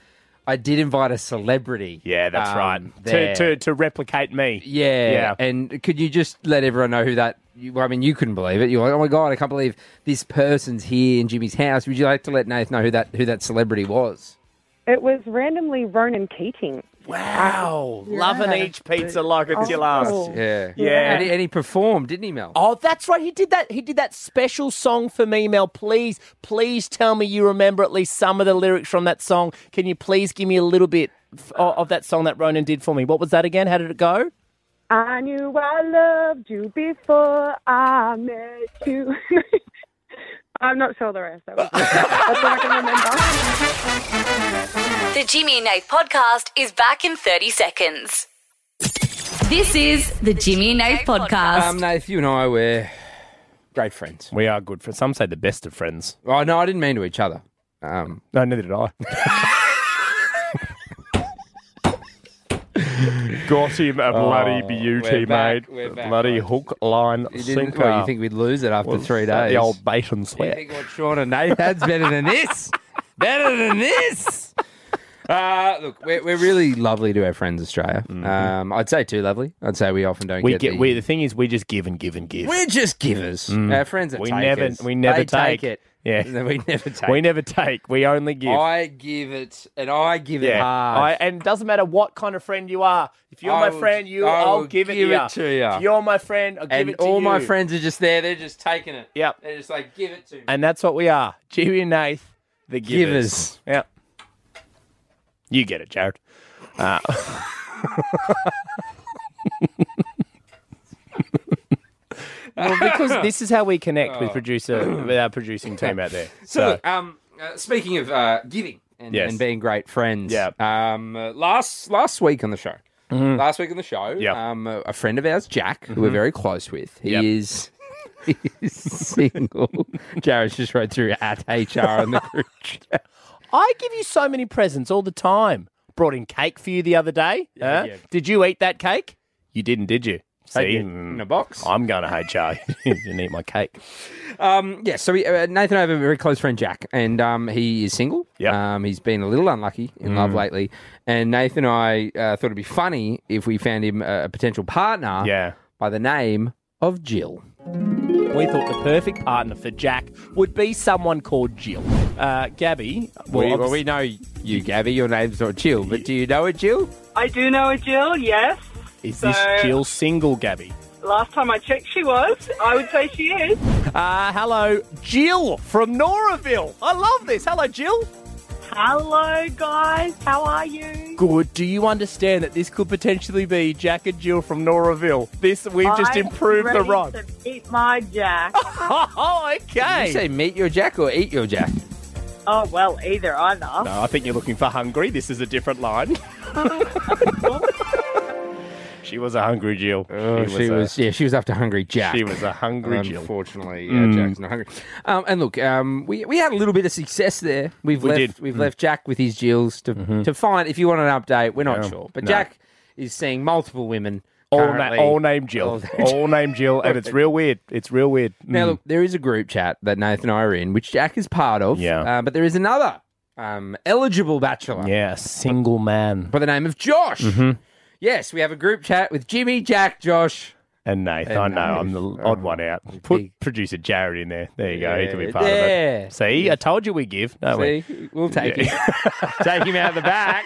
[SPEAKER 3] I did invite a celebrity.
[SPEAKER 4] Yeah, that's
[SPEAKER 3] um,
[SPEAKER 4] right.
[SPEAKER 3] there.
[SPEAKER 4] To, to to replicate me.
[SPEAKER 3] Yeah.
[SPEAKER 4] Yeah.
[SPEAKER 3] And could you just let everyone know who that? you- Well, I mean, you couldn't believe it. You're like, oh my god, I can't believe this person's here in Jimmy's house. Would you like to let Nath know who that who that celebrity was?
[SPEAKER 19] It was randomly Ronan Keating. Wow.
[SPEAKER 4] Loving each pizza like it's your last.
[SPEAKER 3] Yeah.
[SPEAKER 4] Yeah.
[SPEAKER 3] And he, and he performed, didn't he, Mel?
[SPEAKER 4] Oh, that's right. He did that. He did that special song for me, Mel. Please, please tell me you remember at least some of the lyrics from that song. Can you please give me a little bit f- o- of that song that Ronan did for me? What was that again? How did it go?
[SPEAKER 19] I knew I loved you before I met you. I'm not sure the rest. That was That's all I can
[SPEAKER 1] The Jimmy and Nath podcast is back in 30 seconds. This is the Jimmy and Nath podcast.
[SPEAKER 3] Um, Nath, you and I were great friends.
[SPEAKER 4] We are good friends. Some say the best of friends.
[SPEAKER 3] Oh no, I didn't mean to each other. Um,
[SPEAKER 4] no, neither did I. Got him a bloody
[SPEAKER 3] Oh,
[SPEAKER 4] beauty,
[SPEAKER 3] we're
[SPEAKER 4] mate.
[SPEAKER 3] back, we're back,
[SPEAKER 4] bloody hook, line,
[SPEAKER 3] You didn't-
[SPEAKER 4] sinker.
[SPEAKER 3] well, you think we'd lose it after
[SPEAKER 4] Was
[SPEAKER 3] three
[SPEAKER 4] that
[SPEAKER 3] days?
[SPEAKER 4] The old bait and
[SPEAKER 3] you
[SPEAKER 4] switch.
[SPEAKER 3] think what Sean and Nath had's better than this? better than this? Uh, look, we're, we're really lovely to our friends, Australia. Um, I'd say too lovely. I'd say we often don't
[SPEAKER 4] Mm-hmm. We
[SPEAKER 3] get,
[SPEAKER 4] get.
[SPEAKER 3] the-
[SPEAKER 4] we, the thing is, we just give and give and give.
[SPEAKER 3] We're just givers.
[SPEAKER 4] Mm.
[SPEAKER 3] Our friends are
[SPEAKER 4] we
[SPEAKER 3] takers.
[SPEAKER 4] never we never
[SPEAKER 3] They
[SPEAKER 4] take,
[SPEAKER 3] take it.
[SPEAKER 4] Yeah,
[SPEAKER 3] And then we never take
[SPEAKER 4] We
[SPEAKER 3] it.
[SPEAKER 4] never take. We only give.
[SPEAKER 3] I give it, and I give it hard.
[SPEAKER 4] I, and it doesn't matter what kind of friend you are. If you're
[SPEAKER 3] I
[SPEAKER 4] my
[SPEAKER 3] will-
[SPEAKER 4] friend, you,
[SPEAKER 3] I
[SPEAKER 4] I'll
[SPEAKER 3] will
[SPEAKER 4] give,
[SPEAKER 3] give it
[SPEAKER 4] ya.
[SPEAKER 3] to ya.
[SPEAKER 4] If you're my friend, I'll give
[SPEAKER 3] and
[SPEAKER 4] it to
[SPEAKER 3] all my
[SPEAKER 4] you.
[SPEAKER 3] friends are just there. They're just taking it.
[SPEAKER 4] Yep.
[SPEAKER 3] They're just like, give it to me.
[SPEAKER 4] And that's what we are. Jimmy and Nath, the givers.
[SPEAKER 3] Givers.
[SPEAKER 4] Yeah. You get it, Jared. Uh, well, because this is how we connect with
[SPEAKER 3] Oh.
[SPEAKER 4] producer with our producing team out there.
[SPEAKER 3] So, look, um, uh, speaking of uh, giving and,
[SPEAKER 4] Yes.
[SPEAKER 3] and being great friends, yeah. Um, uh, last last week on the show,
[SPEAKER 4] Mhm.
[SPEAKER 3] last week on the show, um, a, a friend of ours, Jack, who we're
[SPEAKER 4] Mhm.
[SPEAKER 3] very close with, he is. He's single. Jared just wrote through at HR on the group chat.
[SPEAKER 4] I give you so many presents all the time. Brought in cake for you the other day. huh?
[SPEAKER 3] yeah.
[SPEAKER 4] Did you eat that cake? You didn't, did you?
[SPEAKER 3] I
[SPEAKER 4] See,
[SPEAKER 3] did,
[SPEAKER 4] mm,
[SPEAKER 3] in a box.
[SPEAKER 4] I'm going to HR. you didn't eat my cake.
[SPEAKER 3] Um, yeah, so we, uh, Nathan and I have a very close friend, Jack, and um, he is single. Yeah. Um, he's been a little unlucky in
[SPEAKER 4] Mm.
[SPEAKER 3] love lately. And Nathan and I uh, thought it'd be funny if we found him a, a potential partner
[SPEAKER 4] yeah.
[SPEAKER 3] by the name of Jill.
[SPEAKER 4] We thought the perfect partner for Jack would be someone called Jill. Uh, Gabby.
[SPEAKER 3] we, well,
[SPEAKER 4] obviously-
[SPEAKER 3] we know you, Gabby. Your name's not Jill, but do you know a Jill?
[SPEAKER 20] I do know a Jill, yes.
[SPEAKER 4] Is this
[SPEAKER 20] So-
[SPEAKER 4] Jill single, Gabby?
[SPEAKER 20] Last time I checked, she was. I would say she is.
[SPEAKER 4] Uh, hello, Jill from Noraville. I love this. Hello, Jill.
[SPEAKER 20] Hello, guys. How are you?
[SPEAKER 4] Good. Do you understand that this could potentially be Jack and Jill from Noraville? This we've just
[SPEAKER 20] I'm
[SPEAKER 4] improved the
[SPEAKER 20] ready
[SPEAKER 4] rhyme.
[SPEAKER 20] to Eat my Jack.
[SPEAKER 4] oh,
[SPEAKER 3] Did you say meet your Jack or eat your Jack?
[SPEAKER 20] Oh, well, either, either.
[SPEAKER 4] No, I think you're looking for hungry. This is a different line. she was a hungry Jill.
[SPEAKER 3] Oh, she was- yeah, she was after hungry Jack.
[SPEAKER 4] uh, She was a hungry Jill.
[SPEAKER 3] Unfortunately,
[SPEAKER 4] Mm.
[SPEAKER 3] yeah, Jack's not hungry. Um, and look, um, we we had a little bit of success there. We've
[SPEAKER 4] We
[SPEAKER 3] left
[SPEAKER 4] did.
[SPEAKER 3] we've
[SPEAKER 4] Mm.
[SPEAKER 3] left Jack with his Jills to to find. If you want an update, we're not
[SPEAKER 4] Yeah.
[SPEAKER 3] sure, but
[SPEAKER 4] No.
[SPEAKER 3] Jack is seeing multiple women.
[SPEAKER 4] All, na-
[SPEAKER 3] currently.
[SPEAKER 4] all named Jill. All named Jill, and it's real weird. It's real weird.
[SPEAKER 3] Now,
[SPEAKER 4] Mm.
[SPEAKER 3] look, there is a group chat that Nathan and I are in, which Jack is part of. Yeah. Uh, but there is another um, eligible bachelor
[SPEAKER 4] yeah, single man. Mm-hmm.
[SPEAKER 3] by the name of Josh. Yes, we have a group chat with Jimmy, Jack, Josh.
[SPEAKER 4] And Nath,
[SPEAKER 3] And
[SPEAKER 4] I know, I'm
[SPEAKER 3] Nath. Oh,
[SPEAKER 4] the odd one out. Put producer Jared in there. There you go. he can be
[SPEAKER 3] Yeah,
[SPEAKER 4] part of
[SPEAKER 3] there.
[SPEAKER 4] it. See, I told you we give. Don't we?
[SPEAKER 3] See, we'll take
[SPEAKER 4] Yeah.
[SPEAKER 3] him. take him out the back.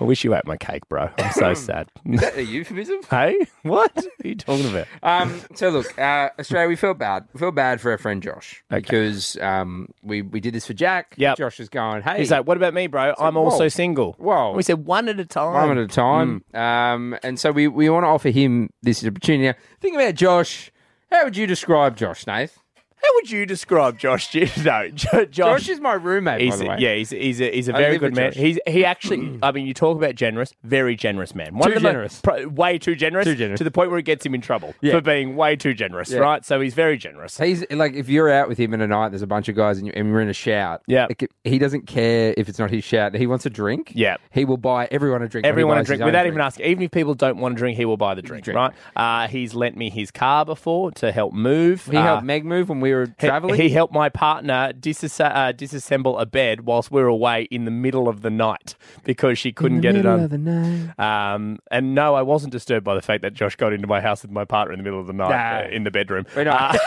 [SPEAKER 4] I wish you ate my cake, bro. I'm so sad.
[SPEAKER 3] Hmm. Is that a euphemism?
[SPEAKER 4] hey, what? What are you talking about?
[SPEAKER 3] Um, so look, uh, Australia, we felt bad. We felt bad for our friend Josh because um, we we did this for Jack. Yeah, Josh is going, hey,
[SPEAKER 4] He's like, what about me, bro? I'm also
[SPEAKER 3] whoa.
[SPEAKER 4] single.
[SPEAKER 3] Whoa.
[SPEAKER 4] We said one at a time. Mm.
[SPEAKER 3] one at a time. Um, and so we we want to offer him this opportunity. Now, think about Josh. How would you describe Josh, Nath?
[SPEAKER 4] How would you describe Josh? G- No, Jo- Josh.
[SPEAKER 3] Josh is my roommate, by
[SPEAKER 4] He's
[SPEAKER 3] the
[SPEAKER 4] a,
[SPEAKER 3] way.
[SPEAKER 4] yeah, he's, he's a he's a
[SPEAKER 3] I
[SPEAKER 4] very
[SPEAKER 3] live
[SPEAKER 4] good
[SPEAKER 3] with
[SPEAKER 4] man.
[SPEAKER 3] Josh. Hmm.
[SPEAKER 4] He's he actually. I mean, you talk about generous, very generous man.
[SPEAKER 3] Too
[SPEAKER 4] of the mo-
[SPEAKER 3] generous.
[SPEAKER 4] pro- way too generous.
[SPEAKER 3] Too generous.
[SPEAKER 4] to the point where it gets him in trouble
[SPEAKER 3] Yeah.
[SPEAKER 4] for being way too generous,
[SPEAKER 3] Yeah.
[SPEAKER 4] right? So he's very generous.
[SPEAKER 3] He's like, if you're out with him in a night, there's a bunch of guys, and, you, and we're in a shout. Yeah, he doesn't care if it's not his shout. He wants a drink.
[SPEAKER 4] Yeah.
[SPEAKER 3] he will buy everyone a drink. when he
[SPEAKER 4] Everyone a
[SPEAKER 3] buys his
[SPEAKER 4] drink
[SPEAKER 3] own
[SPEAKER 4] without even asking. Even if people don't want a drink, he will buy the drink, right? Uh, he's lent me his car before to help move.
[SPEAKER 3] He
[SPEAKER 4] Uh,
[SPEAKER 3] helped Meg move when we you were traveling?
[SPEAKER 4] He helped my partner disas- uh, disassemble a bed whilst we were away in the middle of the night because she couldn't get it
[SPEAKER 3] Middle
[SPEAKER 4] on.
[SPEAKER 3] of the night.
[SPEAKER 4] Um, and no, I wasn't disturbed by the fact that Josh got into my house with my partner in the middle of the night
[SPEAKER 3] Nah.
[SPEAKER 4] uh, in the bedroom. Uh,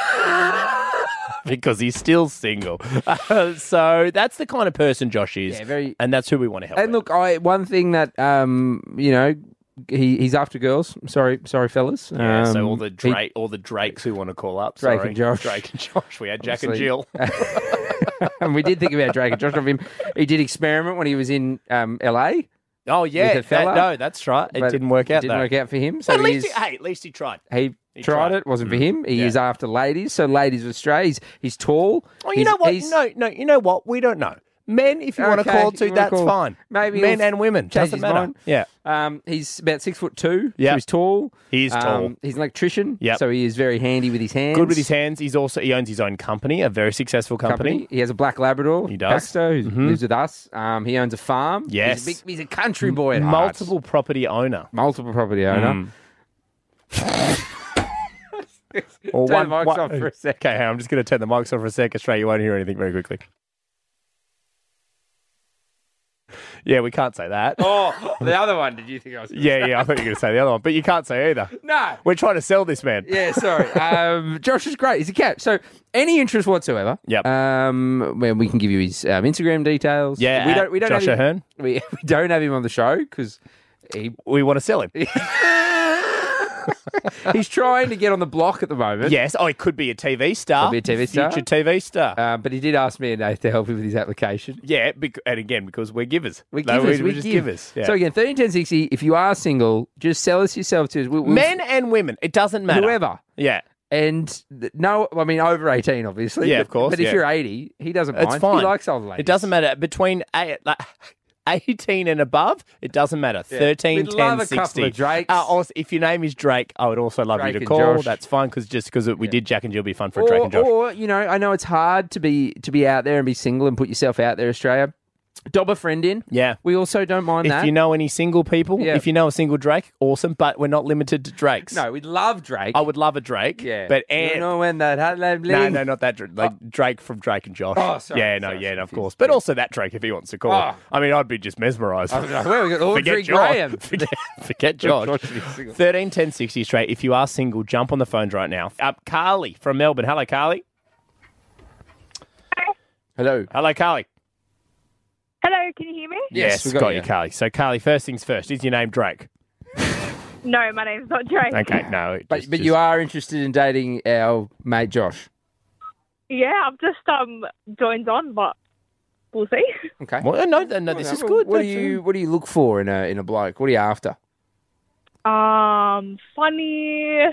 [SPEAKER 4] because he's still single. Uh, so that's the kind of person Josh is.
[SPEAKER 3] Yeah, very-
[SPEAKER 4] and that's who we want to help.
[SPEAKER 3] And look, I one thing that um, you know, he, he's after girls. Sorry, sorry, fellas.
[SPEAKER 4] Yeah, so
[SPEAKER 3] Um,
[SPEAKER 4] all the
[SPEAKER 3] he-
[SPEAKER 4] Drake, all the Drakes who want to call up.
[SPEAKER 3] Drake
[SPEAKER 4] sorry.
[SPEAKER 3] and Josh.
[SPEAKER 4] Drake and Josh. We had Jack and
[SPEAKER 3] Obviously.
[SPEAKER 4] Jill.
[SPEAKER 3] and we did think about Drake and Josh of him. He did experiment when he was in um, LA.
[SPEAKER 4] Oh yeah,
[SPEAKER 3] with a
[SPEAKER 4] that-
[SPEAKER 3] fella,
[SPEAKER 4] no, that's right. It
[SPEAKER 3] but
[SPEAKER 4] didn't work out.
[SPEAKER 3] Didn't
[SPEAKER 4] though.
[SPEAKER 3] work out for him. So
[SPEAKER 4] At
[SPEAKER 3] he,
[SPEAKER 4] least,
[SPEAKER 3] is,
[SPEAKER 4] he, hey, at least he tried. Mm.
[SPEAKER 3] he, tried, it. Wasn't for him. He is after ladies. So ladies with strays. He's tall.
[SPEAKER 4] Oh, you
[SPEAKER 3] he's-
[SPEAKER 4] know what?
[SPEAKER 3] he's-
[SPEAKER 4] No, no, you know what? We don't know. Men, if you want to
[SPEAKER 3] Okay,
[SPEAKER 4] call
[SPEAKER 3] if you
[SPEAKER 4] to,
[SPEAKER 3] wanna
[SPEAKER 4] that's
[SPEAKER 3] call.
[SPEAKER 4] fine.
[SPEAKER 3] Maybe
[SPEAKER 4] men
[SPEAKER 3] he'll
[SPEAKER 4] and women
[SPEAKER 3] change
[SPEAKER 4] doesn't
[SPEAKER 3] his
[SPEAKER 4] matter.
[SPEAKER 3] mind.
[SPEAKER 4] Yeah,
[SPEAKER 3] Um, he's about six foot two.
[SPEAKER 4] Yeah.
[SPEAKER 3] so he's tall.
[SPEAKER 4] He is tall.
[SPEAKER 3] Um,
[SPEAKER 4] Um,
[SPEAKER 3] He's an electrician.
[SPEAKER 4] Yep.
[SPEAKER 3] so he is very handy with his hands.
[SPEAKER 4] good with his hands. He's also he owns his own company, a very successful company.
[SPEAKER 3] He has a black Labrador.
[SPEAKER 4] He does.
[SPEAKER 3] Baxter, who
[SPEAKER 4] Mhm.
[SPEAKER 3] lives with us. Um, he owns a farm.
[SPEAKER 4] Yes.
[SPEAKER 3] He's a, big, he's a country boy at heart.
[SPEAKER 4] multiple property owner. Mm.
[SPEAKER 3] Multiple property owner.
[SPEAKER 4] Or
[SPEAKER 3] Turn the mics off for a
[SPEAKER 4] sec. Okay, hang on, I'm just going to turn the mics off for a sec. Australia, you won't hear anything very quickly. Yeah, we can't say that.
[SPEAKER 3] Oh, the other one. Did you think I was? gonna
[SPEAKER 4] yeah,
[SPEAKER 3] say?
[SPEAKER 4] yeah, I thought you were going to say the other one, but you can't say either.
[SPEAKER 3] No.
[SPEAKER 4] We're trying to sell this man.
[SPEAKER 3] Yeah, sorry. Um, Josh is great. He's a cat. So any interest whatsoever.
[SPEAKER 4] Yep.
[SPEAKER 3] Um, where we can give you his um, Instagram details.
[SPEAKER 4] Yeah,
[SPEAKER 3] We
[SPEAKER 4] at
[SPEAKER 3] don't. We don't.
[SPEAKER 4] Josh
[SPEAKER 3] have him,
[SPEAKER 4] Ahern.
[SPEAKER 3] we, we don't have him on the show because he.
[SPEAKER 4] We want to sell him.
[SPEAKER 3] he's trying to get on the block at the moment.
[SPEAKER 4] Yes. Oh, he could be a TV star.
[SPEAKER 3] Could be a TV star.
[SPEAKER 4] Future TV star.
[SPEAKER 3] Um, but he did ask me and Nath to help him with his application.
[SPEAKER 4] Yeah, bec- and again, because we're givers.
[SPEAKER 3] We
[SPEAKER 4] No,
[SPEAKER 3] give
[SPEAKER 4] we-
[SPEAKER 3] us. We,
[SPEAKER 4] we just givers, yeah.
[SPEAKER 3] So again, thirteen ten sixty. If you are single, just sell us yourself to us. We- we-
[SPEAKER 4] Men and women, it doesn't matter.
[SPEAKER 3] whoever.
[SPEAKER 4] Yeah.
[SPEAKER 3] And th- no, I mean over eighteen, obviously.
[SPEAKER 4] Yeah,
[SPEAKER 3] but-
[SPEAKER 4] of course,
[SPEAKER 3] But if
[SPEAKER 4] yeah.
[SPEAKER 3] you're eighty, he doesn't
[SPEAKER 4] It's
[SPEAKER 3] mind.
[SPEAKER 4] fine.
[SPEAKER 3] He likes old ladies.
[SPEAKER 4] It doesn't matter. Between eight, like, 18 and above, it doesn't matter.
[SPEAKER 3] Yeah.
[SPEAKER 4] Thirteen, ten,
[SPEAKER 3] We'd
[SPEAKER 4] sixty. 13,
[SPEAKER 3] love
[SPEAKER 4] 10,
[SPEAKER 3] a couple
[SPEAKER 4] 60.
[SPEAKER 3] of Drakes.
[SPEAKER 4] Uh, also, if your name is Drake, I would also love
[SPEAKER 3] Drake
[SPEAKER 4] you to
[SPEAKER 3] and
[SPEAKER 4] call.
[SPEAKER 3] Josh.
[SPEAKER 4] That's fine, because just because we did Jack and Jill be fun for
[SPEAKER 3] or,
[SPEAKER 4] Drake and Josh.
[SPEAKER 3] or you know, I know it's hard to be to be out there and be single and put yourself out there, Australia. Dob a friend in.
[SPEAKER 4] yeah.
[SPEAKER 3] We also don't mind
[SPEAKER 4] If
[SPEAKER 3] that.
[SPEAKER 4] you know any single people,
[SPEAKER 3] Yeah.
[SPEAKER 4] if you know a single Drake, awesome. But we're not limited to Drakes.
[SPEAKER 3] no, we love Drake.
[SPEAKER 4] I would love a Drake.
[SPEAKER 3] yeah,
[SPEAKER 4] But
[SPEAKER 3] you
[SPEAKER 4] and
[SPEAKER 3] know when that hello
[SPEAKER 4] No,
[SPEAKER 3] bling.
[SPEAKER 4] no, not that Drake. Like Drake from Drake and Josh.
[SPEAKER 3] Oh, sorry,
[SPEAKER 4] Yeah, no,
[SPEAKER 3] sorry,
[SPEAKER 4] yeah, no, of
[SPEAKER 3] confused.
[SPEAKER 4] course. But also that Drake if he wants to call.
[SPEAKER 3] Oh.
[SPEAKER 4] I mean, I'd be just mesmerised.
[SPEAKER 3] I was like, where we got Audrey
[SPEAKER 4] Forget
[SPEAKER 3] Graham?
[SPEAKER 4] Josh. Forget, forget Josh.
[SPEAKER 3] Josh is single.
[SPEAKER 4] 13 10 60 straight. If you are single, jump on the phones right now. Up Carly from Melbourne. Hello, Carly.
[SPEAKER 3] Hello.
[SPEAKER 4] Hello, Carly.
[SPEAKER 20] Hello, can you hear me?
[SPEAKER 3] Yes, we
[SPEAKER 4] we
[SPEAKER 3] got
[SPEAKER 4] got,
[SPEAKER 3] you.
[SPEAKER 4] you, Carly. So, Carly, first things first. Is your name Drake?
[SPEAKER 20] No, my name's not Drake.
[SPEAKER 4] Okay, no. it
[SPEAKER 3] But
[SPEAKER 4] just-
[SPEAKER 3] but
[SPEAKER 4] just-
[SPEAKER 3] you are interested in dating our mate Josh.
[SPEAKER 20] Yeah, I've just um joined on, but we'll see.
[SPEAKER 3] Okay.
[SPEAKER 4] Well, no, no, no, this is good.
[SPEAKER 3] What do
[SPEAKER 4] That's-
[SPEAKER 3] you what do you look for in a in a bloke? What are you after?
[SPEAKER 20] Um, funny,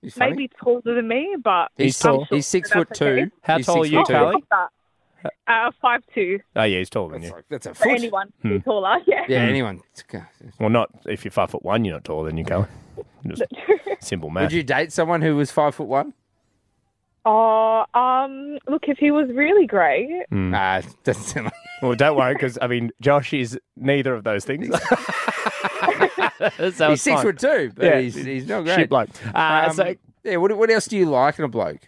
[SPEAKER 3] He's funny.
[SPEAKER 20] maybe taller than me, but
[SPEAKER 4] He's
[SPEAKER 20] I'm
[SPEAKER 4] tall.
[SPEAKER 20] sure
[SPEAKER 3] He's six
[SPEAKER 20] that's
[SPEAKER 3] foot two.
[SPEAKER 20] okay.
[SPEAKER 4] How
[SPEAKER 3] He's
[SPEAKER 4] tall
[SPEAKER 3] six
[SPEAKER 4] are you,
[SPEAKER 3] foot two.
[SPEAKER 4] Carly?
[SPEAKER 20] Uh, five two.
[SPEAKER 4] Oh, yeah, he's taller than you.
[SPEAKER 3] That's a
[SPEAKER 20] But
[SPEAKER 3] foot.
[SPEAKER 20] anyone
[SPEAKER 4] Hmm.
[SPEAKER 20] who's taller, yeah.
[SPEAKER 3] Yeah, anyone.
[SPEAKER 4] Well, not if you're five foot one, you're not taller than you, Carly. Just simple math.
[SPEAKER 3] Would you date someone who was five foot one?
[SPEAKER 20] Oh, um, look, if he was really great,
[SPEAKER 3] Nah, doesn't sound like
[SPEAKER 4] Hmm. Well, don't worry, because I mean, Josh is neither of those things. so
[SPEAKER 3] he's
[SPEAKER 4] it's
[SPEAKER 3] six
[SPEAKER 4] fine.
[SPEAKER 3] foot two, but
[SPEAKER 4] Yeah.
[SPEAKER 3] he's, he's not
[SPEAKER 4] Shit
[SPEAKER 3] great.
[SPEAKER 4] bloke. Uh,
[SPEAKER 3] Um,
[SPEAKER 4] so,
[SPEAKER 3] yeah, what, what else do you like in a bloke?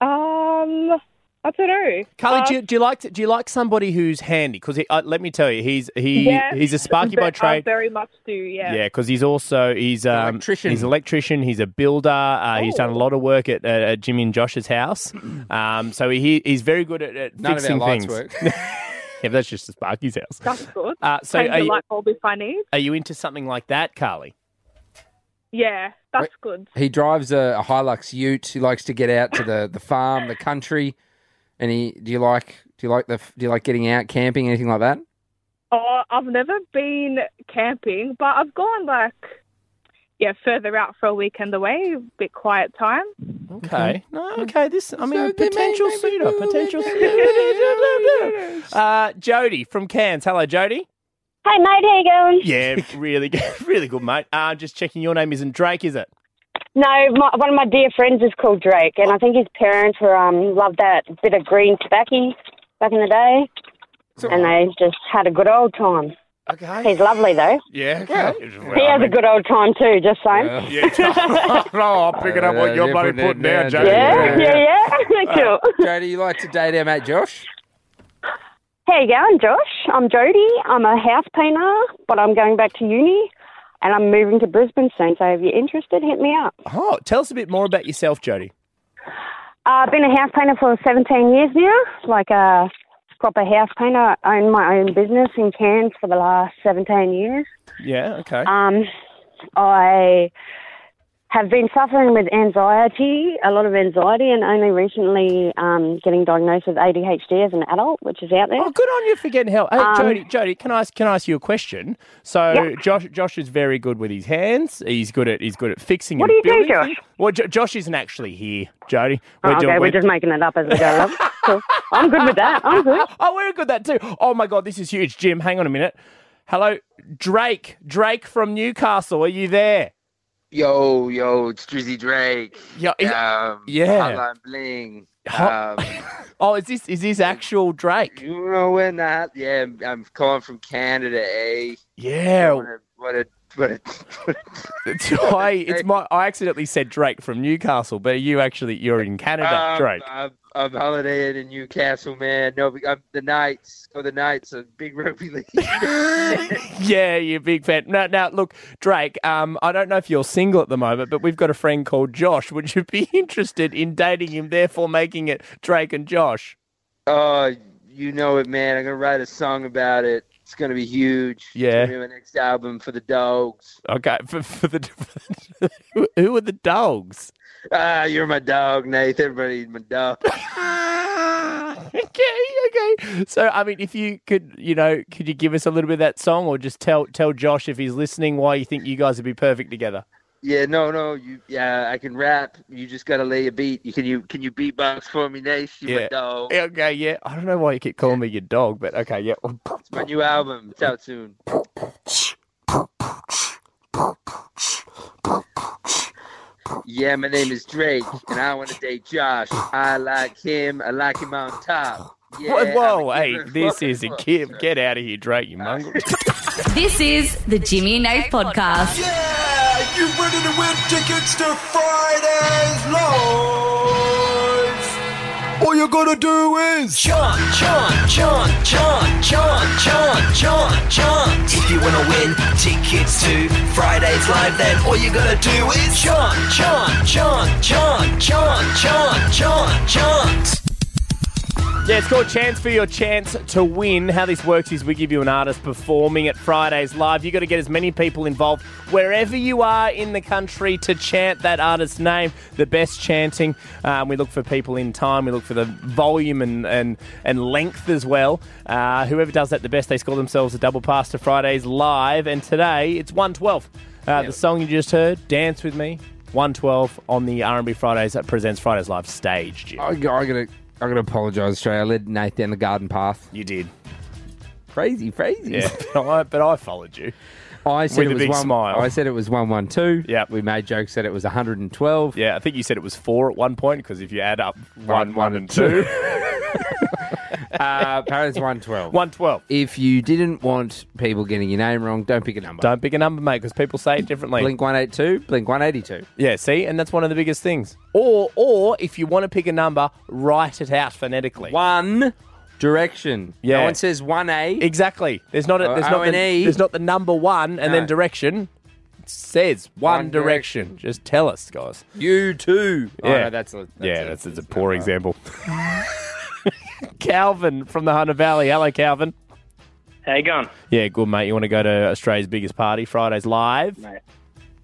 [SPEAKER 20] um, I don't know.
[SPEAKER 4] Carly,
[SPEAKER 20] Uh,
[SPEAKER 4] do, you, do you like do you like somebody who's handy? Because uh, let me tell you, he's he
[SPEAKER 20] yes,
[SPEAKER 4] he's a sparky
[SPEAKER 20] ve-
[SPEAKER 4] by
[SPEAKER 20] I
[SPEAKER 4] trade.
[SPEAKER 20] very much do, yeah.
[SPEAKER 4] Yeah, because he's also he's um,
[SPEAKER 3] electrician.
[SPEAKER 4] He's an electrician. He's a builder. Uh, he's done a lot of work at, uh, at Jimmy and Josh's house. Um, so he he's very good at, at
[SPEAKER 3] None
[SPEAKER 4] fixing
[SPEAKER 3] of our lights
[SPEAKER 4] things.
[SPEAKER 3] work.
[SPEAKER 4] Yeah, but that's just a Sparky's house.
[SPEAKER 20] That's good.
[SPEAKER 4] Uh, so
[SPEAKER 20] Change
[SPEAKER 4] are
[SPEAKER 20] the
[SPEAKER 4] you,
[SPEAKER 20] light bulb if I need.
[SPEAKER 4] are you into something like that, Carly?
[SPEAKER 20] Yeah, that's good.
[SPEAKER 3] he drives a, a Hilux Ute. He likes to get out to the, the farm, the country. And he do you like do you like the do you like getting out camping anything like that?
[SPEAKER 20] Oh, I've never been camping, but I've gone like yeah further out for a weekend away, a bit quiet time.
[SPEAKER 4] Okay. No, okay. This, I mean,
[SPEAKER 3] So
[SPEAKER 4] a
[SPEAKER 3] they may-
[SPEAKER 4] potential
[SPEAKER 3] may be
[SPEAKER 4] suitor.
[SPEAKER 3] moving
[SPEAKER 4] Potential
[SPEAKER 3] in.
[SPEAKER 4] suitor. uh, Jody from Cairns. Hello, Jody.
[SPEAKER 21] Hi, mate. How you going?
[SPEAKER 4] Yeah, really good. Really good, mate. Uh, just checking your name isn't Drake, is it?
[SPEAKER 21] No, my, one of my dear friends is called Drake, and I think his parents were um loved that bit of green tobacco back in the day, and they just had a good old time.
[SPEAKER 4] Okay.
[SPEAKER 21] He's lovely though.
[SPEAKER 4] Yeah.
[SPEAKER 21] Yeah.
[SPEAKER 4] okay.
[SPEAKER 21] he
[SPEAKER 4] I
[SPEAKER 21] has a
[SPEAKER 4] mean-
[SPEAKER 21] good old time too, just saying.
[SPEAKER 4] Yeah. no, I'm picking up what you're bloody putting down, Jodie.
[SPEAKER 21] yeah, yeah. Cool.
[SPEAKER 3] Jodie, Uh, you like to date our mate Josh?
[SPEAKER 21] How you going, Josh? I'm Jody. I'm a house painter, but I'm going back to uni and I'm moving to Brisbane soon. So if you're interested, hit me up.
[SPEAKER 4] Oh, tell us a bit more about yourself, Jodie.
[SPEAKER 21] Uh, I've been a house painter for 17 years now, like a proper house painter. I own my own business in Cairns for the last 17 years.
[SPEAKER 4] Yeah. Okay.
[SPEAKER 21] Um, I have been suffering with anxiety, a lot of anxiety, and only recently um, getting diagnosed with ADHD as an adult, which is out there.
[SPEAKER 4] Oh, good on you for getting help. Hey,
[SPEAKER 21] Um,
[SPEAKER 4] Jody, Jody, can I ask, can I ask you a question? So,
[SPEAKER 21] Yeah.
[SPEAKER 4] Josh, Josh is very good with his hands. He's good at he's good at fixing.
[SPEAKER 21] What
[SPEAKER 4] and
[SPEAKER 21] do you do,
[SPEAKER 4] building
[SPEAKER 21] Josh?
[SPEAKER 4] things. Well, jo- Josh isn't actually here, Jody.
[SPEAKER 21] Oh, okay, we're just making it up as we go along. Cool. I'm good with that. I'm good.
[SPEAKER 4] Oh, we're good at that too. Oh my God, this is huge, Jim. Hang on a minute. Hello, Drake. Drake from Newcastle. Are you there?
[SPEAKER 5] Yo, yo, it's Drizzy Drake.
[SPEAKER 4] Yeah, is-
[SPEAKER 5] um,
[SPEAKER 4] yeah.
[SPEAKER 5] Hotline Bling.
[SPEAKER 4] Ho-
[SPEAKER 5] Um,
[SPEAKER 4] oh, is this is this actual Drake?
[SPEAKER 5] you know when that? Yeah, I'm- I'm calling from Canada, eh?
[SPEAKER 4] Yeah.
[SPEAKER 5] What a, what a, what a
[SPEAKER 4] I, it's my, I accidentally said Drake from Newcastle, but you actually you're in Canada,
[SPEAKER 5] Um,
[SPEAKER 4] Drake.
[SPEAKER 5] I'm, I'm holidaying in Newcastle, man. No, I'm the Knights. Go the Knights, a big rugby league.
[SPEAKER 4] yeah, you're a big fan. Now, now, look, Drake. Um, I don't know if you're single at the moment, but we've got a friend called Josh. Would you be interested in dating him? Therefore, making it Drake and Josh.
[SPEAKER 5] oh, you know it, man. I'm gonna write a song about it. It's gonna be huge.
[SPEAKER 4] Yeah.
[SPEAKER 5] It's gonna be my next album for the Dogs.
[SPEAKER 4] Okay, for, for the who- who are the dogs?
[SPEAKER 5] Ah, you're my dog, Nate. Everybody's my dog.
[SPEAKER 4] okay, okay. So, I mean, if you could, you know, could you give us a little bit of that song, or just tell tell Josh if he's listening why you think you guys would be perfect together?
[SPEAKER 5] Yeah, no, no, you. Yeah, I can rap. You just gotta lay a beat. You can you can you beatbox for me, Nate? You
[SPEAKER 4] Yeah.
[SPEAKER 5] my dog.
[SPEAKER 4] Yeah, Okay, yeah. I don't know why you keep calling me your dog, but okay, yeah.
[SPEAKER 5] It's my new album. It's out soon. Yeah, my name is Drake, and I want to date Josh. I like him. I like him on top. Yeah,
[SPEAKER 4] Whoa, whoa,
[SPEAKER 5] I'm a
[SPEAKER 4] hey,
[SPEAKER 5] giver.
[SPEAKER 4] this is a kid. Get out of here, Drake, you mongrel.
[SPEAKER 1] This is the Jimmy and Nate podcast.
[SPEAKER 2] Yeah, you ready to win tickets to Friday's Live? All you gotta do is chant, chant, chant, chant, chant, chant, chant, chant. If you wanna win tickets to Friday's Live, then all you gotta do is chant, chant, chant, chant, chant, chant, chant, chant.
[SPEAKER 4] Yeah, it's called Chance for Your Chance to Win. How this works is we give you an artist performing at Fridays Live. You've got to get as many people involved wherever you are in the country to chant that artist's name. The best chanting. Um, we look for people in time. We look for the volume and, and, and length as well. Uh, whoever does that the best, they score themselves a double pass to Fridays Live. And today, it's 112. Uh, the song you just heard, Dance With Me, 112 on the R&B Fridays that presents Fridays Live stage, Jim.
[SPEAKER 3] I, I gotta, I gotta apologise, Trey. I led Nate down the garden path.
[SPEAKER 4] You did.
[SPEAKER 3] Crazy, crazy.
[SPEAKER 4] Yeah, but I, but I followed you.
[SPEAKER 3] I
[SPEAKER 4] with
[SPEAKER 3] said it
[SPEAKER 4] a
[SPEAKER 3] was
[SPEAKER 4] big
[SPEAKER 3] one,
[SPEAKER 4] smile.
[SPEAKER 3] I said it was one one two. Yeah. We made jokes that it was 112.
[SPEAKER 4] Yeah, I think you said it was four at one point because if you add up one, one, and two,
[SPEAKER 3] two. uh, Paris one twelve.
[SPEAKER 4] One twelve.
[SPEAKER 3] If you didn't want people getting your name wrong, don't pick a number.
[SPEAKER 4] Don't pick a number, mate, because people say it differently.
[SPEAKER 3] Blink one eight two, blink one eighty two.
[SPEAKER 4] yeah, see, and that's one of the biggest things. Or, or if you want to pick a number, write it out phonetically.
[SPEAKER 3] One direction.
[SPEAKER 4] Yeah.
[SPEAKER 3] No one says one A.
[SPEAKER 4] Exactly. There's not a,
[SPEAKER 3] Or
[SPEAKER 4] there's not the,
[SPEAKER 3] O&E.
[SPEAKER 4] there's not the number one and
[SPEAKER 3] No.
[SPEAKER 4] then direction. It says one,
[SPEAKER 3] One
[SPEAKER 4] direction. Just tell us, guys.
[SPEAKER 3] You too. Oh, no, that's a-
[SPEAKER 4] yeah, that's, that's a poor example. Calvin from the Hunter Valley. Hello, Calvin.
[SPEAKER 22] How you going?
[SPEAKER 4] Yeah, good mate. You want to go to Australia's biggest party? Fridays live.
[SPEAKER 22] Mate,